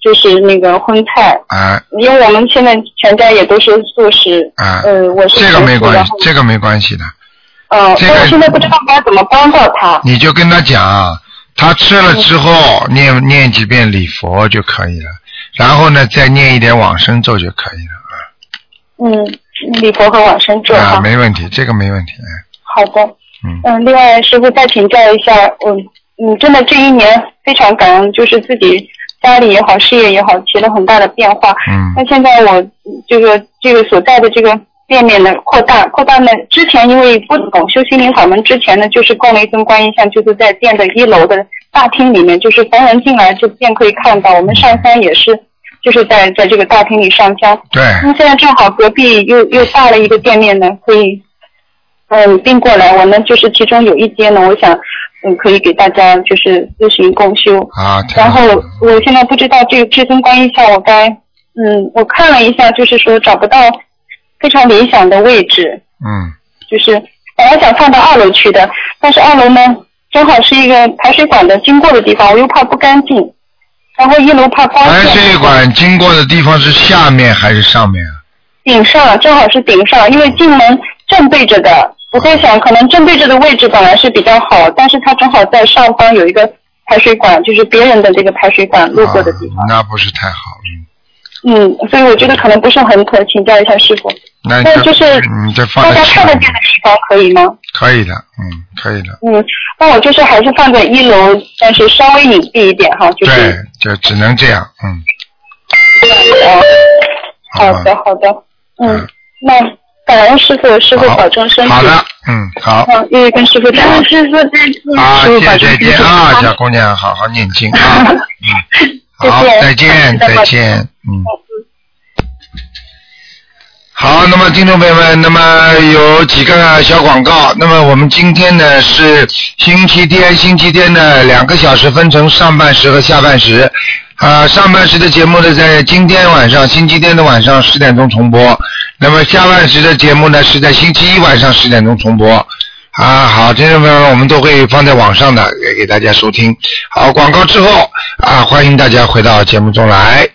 Speaker 9: 就是那个荤菜，
Speaker 2: 啊
Speaker 9: 因为我们现在全家也都是素食，
Speaker 2: 啊，
Speaker 9: 嗯，我是
Speaker 2: 这个没关
Speaker 9: 然
Speaker 2: 系
Speaker 9: 后，
Speaker 2: 这个没关系的，
Speaker 9: 嗯，
Speaker 2: 这
Speaker 9: 那
Speaker 2: 个
Speaker 9: 我现在不知道该怎么帮到他。
Speaker 2: 你就跟他讲啊，他吃了之后念念几遍礼佛就可以了，然后呢再念一点往生咒就可以了
Speaker 9: 嗯，礼佛和往生咒
Speaker 2: 啊，
Speaker 9: 哈。
Speaker 2: 没问题，这个没问题。
Speaker 9: 好的。
Speaker 2: 嗯
Speaker 9: 另外师傅再请教一下，我嗯，真的这一年非常感恩，就是自己家里也好，事业也好，起了很大的变化。
Speaker 2: 嗯
Speaker 9: 那现在我这个这个所在的这个店面呢扩大，扩大呢之前因为不懂修心灵法门，之前呢就是供了一尊观音像，就是在店的一楼的大厅里面，就是逢人进来就便可以看到。我们上香也是，就是在在这个大厅里上香。
Speaker 2: 对，啊
Speaker 9: 那现在正好隔壁又又大了一个店面呢，可以嗯并过来。我呢就是其中有一间呢，我想嗯可以给大家就是咨询共修。
Speaker 2: 啊，挺
Speaker 9: 然
Speaker 2: 好
Speaker 9: 后我现在不知道这个至尊观音像我该嗯我看了一下，就是说找不到非常理想的位置，
Speaker 2: 嗯
Speaker 9: 就是本来想放到二楼去的，但是二楼呢正好是一个排水管的经过的地方，我又怕不干净，然后一楼怕光
Speaker 2: 排
Speaker 9: 线。
Speaker 2: 水管经过的地方是下面还是上面啊？
Speaker 9: 顶上，正好是顶上，因为进门正对着的。我在想，可能正对着的位置本来是比较好，但是它正好在上方有一个排水管，就是别人的这个排水管路过的地方。
Speaker 2: 啊那不是太好，
Speaker 9: 嗯，所以我觉得可能不是很妥，请教一下师傅。
Speaker 2: 那
Speaker 9: 那
Speaker 2: 你
Speaker 9: 就是
Speaker 2: 你再放
Speaker 9: 大
Speaker 2: 在
Speaker 9: 家
Speaker 2: 下
Speaker 9: 看得
Speaker 2: 面
Speaker 9: 见的地方可以吗？
Speaker 2: 可以的，嗯，可以的，
Speaker 9: 嗯，那我就是还是放在一楼，但是稍微隐蔽一点哈，就是
Speaker 2: 对，就只能这样，嗯。
Speaker 9: 嗯呃好的好的，嗯，那感恩师傅，师傅保重身体。
Speaker 2: 好的，嗯，好，
Speaker 9: 嗯，因为跟师傅讲，师傅再见
Speaker 2: 啊，
Speaker 9: 师傅保
Speaker 2: 再
Speaker 9: 重
Speaker 2: 再
Speaker 9: 身体
Speaker 2: 见啊，小姑娘，好好念 经啊，嗯，好，再
Speaker 9: 再
Speaker 2: 见，
Speaker 9: 见
Speaker 2: 再见，嗯。好，那么听众朋友们，那么有几个啊小广告。那么我们今天呢是星期天，星期天呢两个小时分成上半时和下半时。啊，上半时的节目呢，在今天晚上，星期天的晚上十点钟重播。那么下半时的节目呢，是在星期一晚上十点钟重播。啊，好，听众朋友们，我们都会放在网上的，给给大家收听。好，广告之后啊，欢迎大家回到节目中来。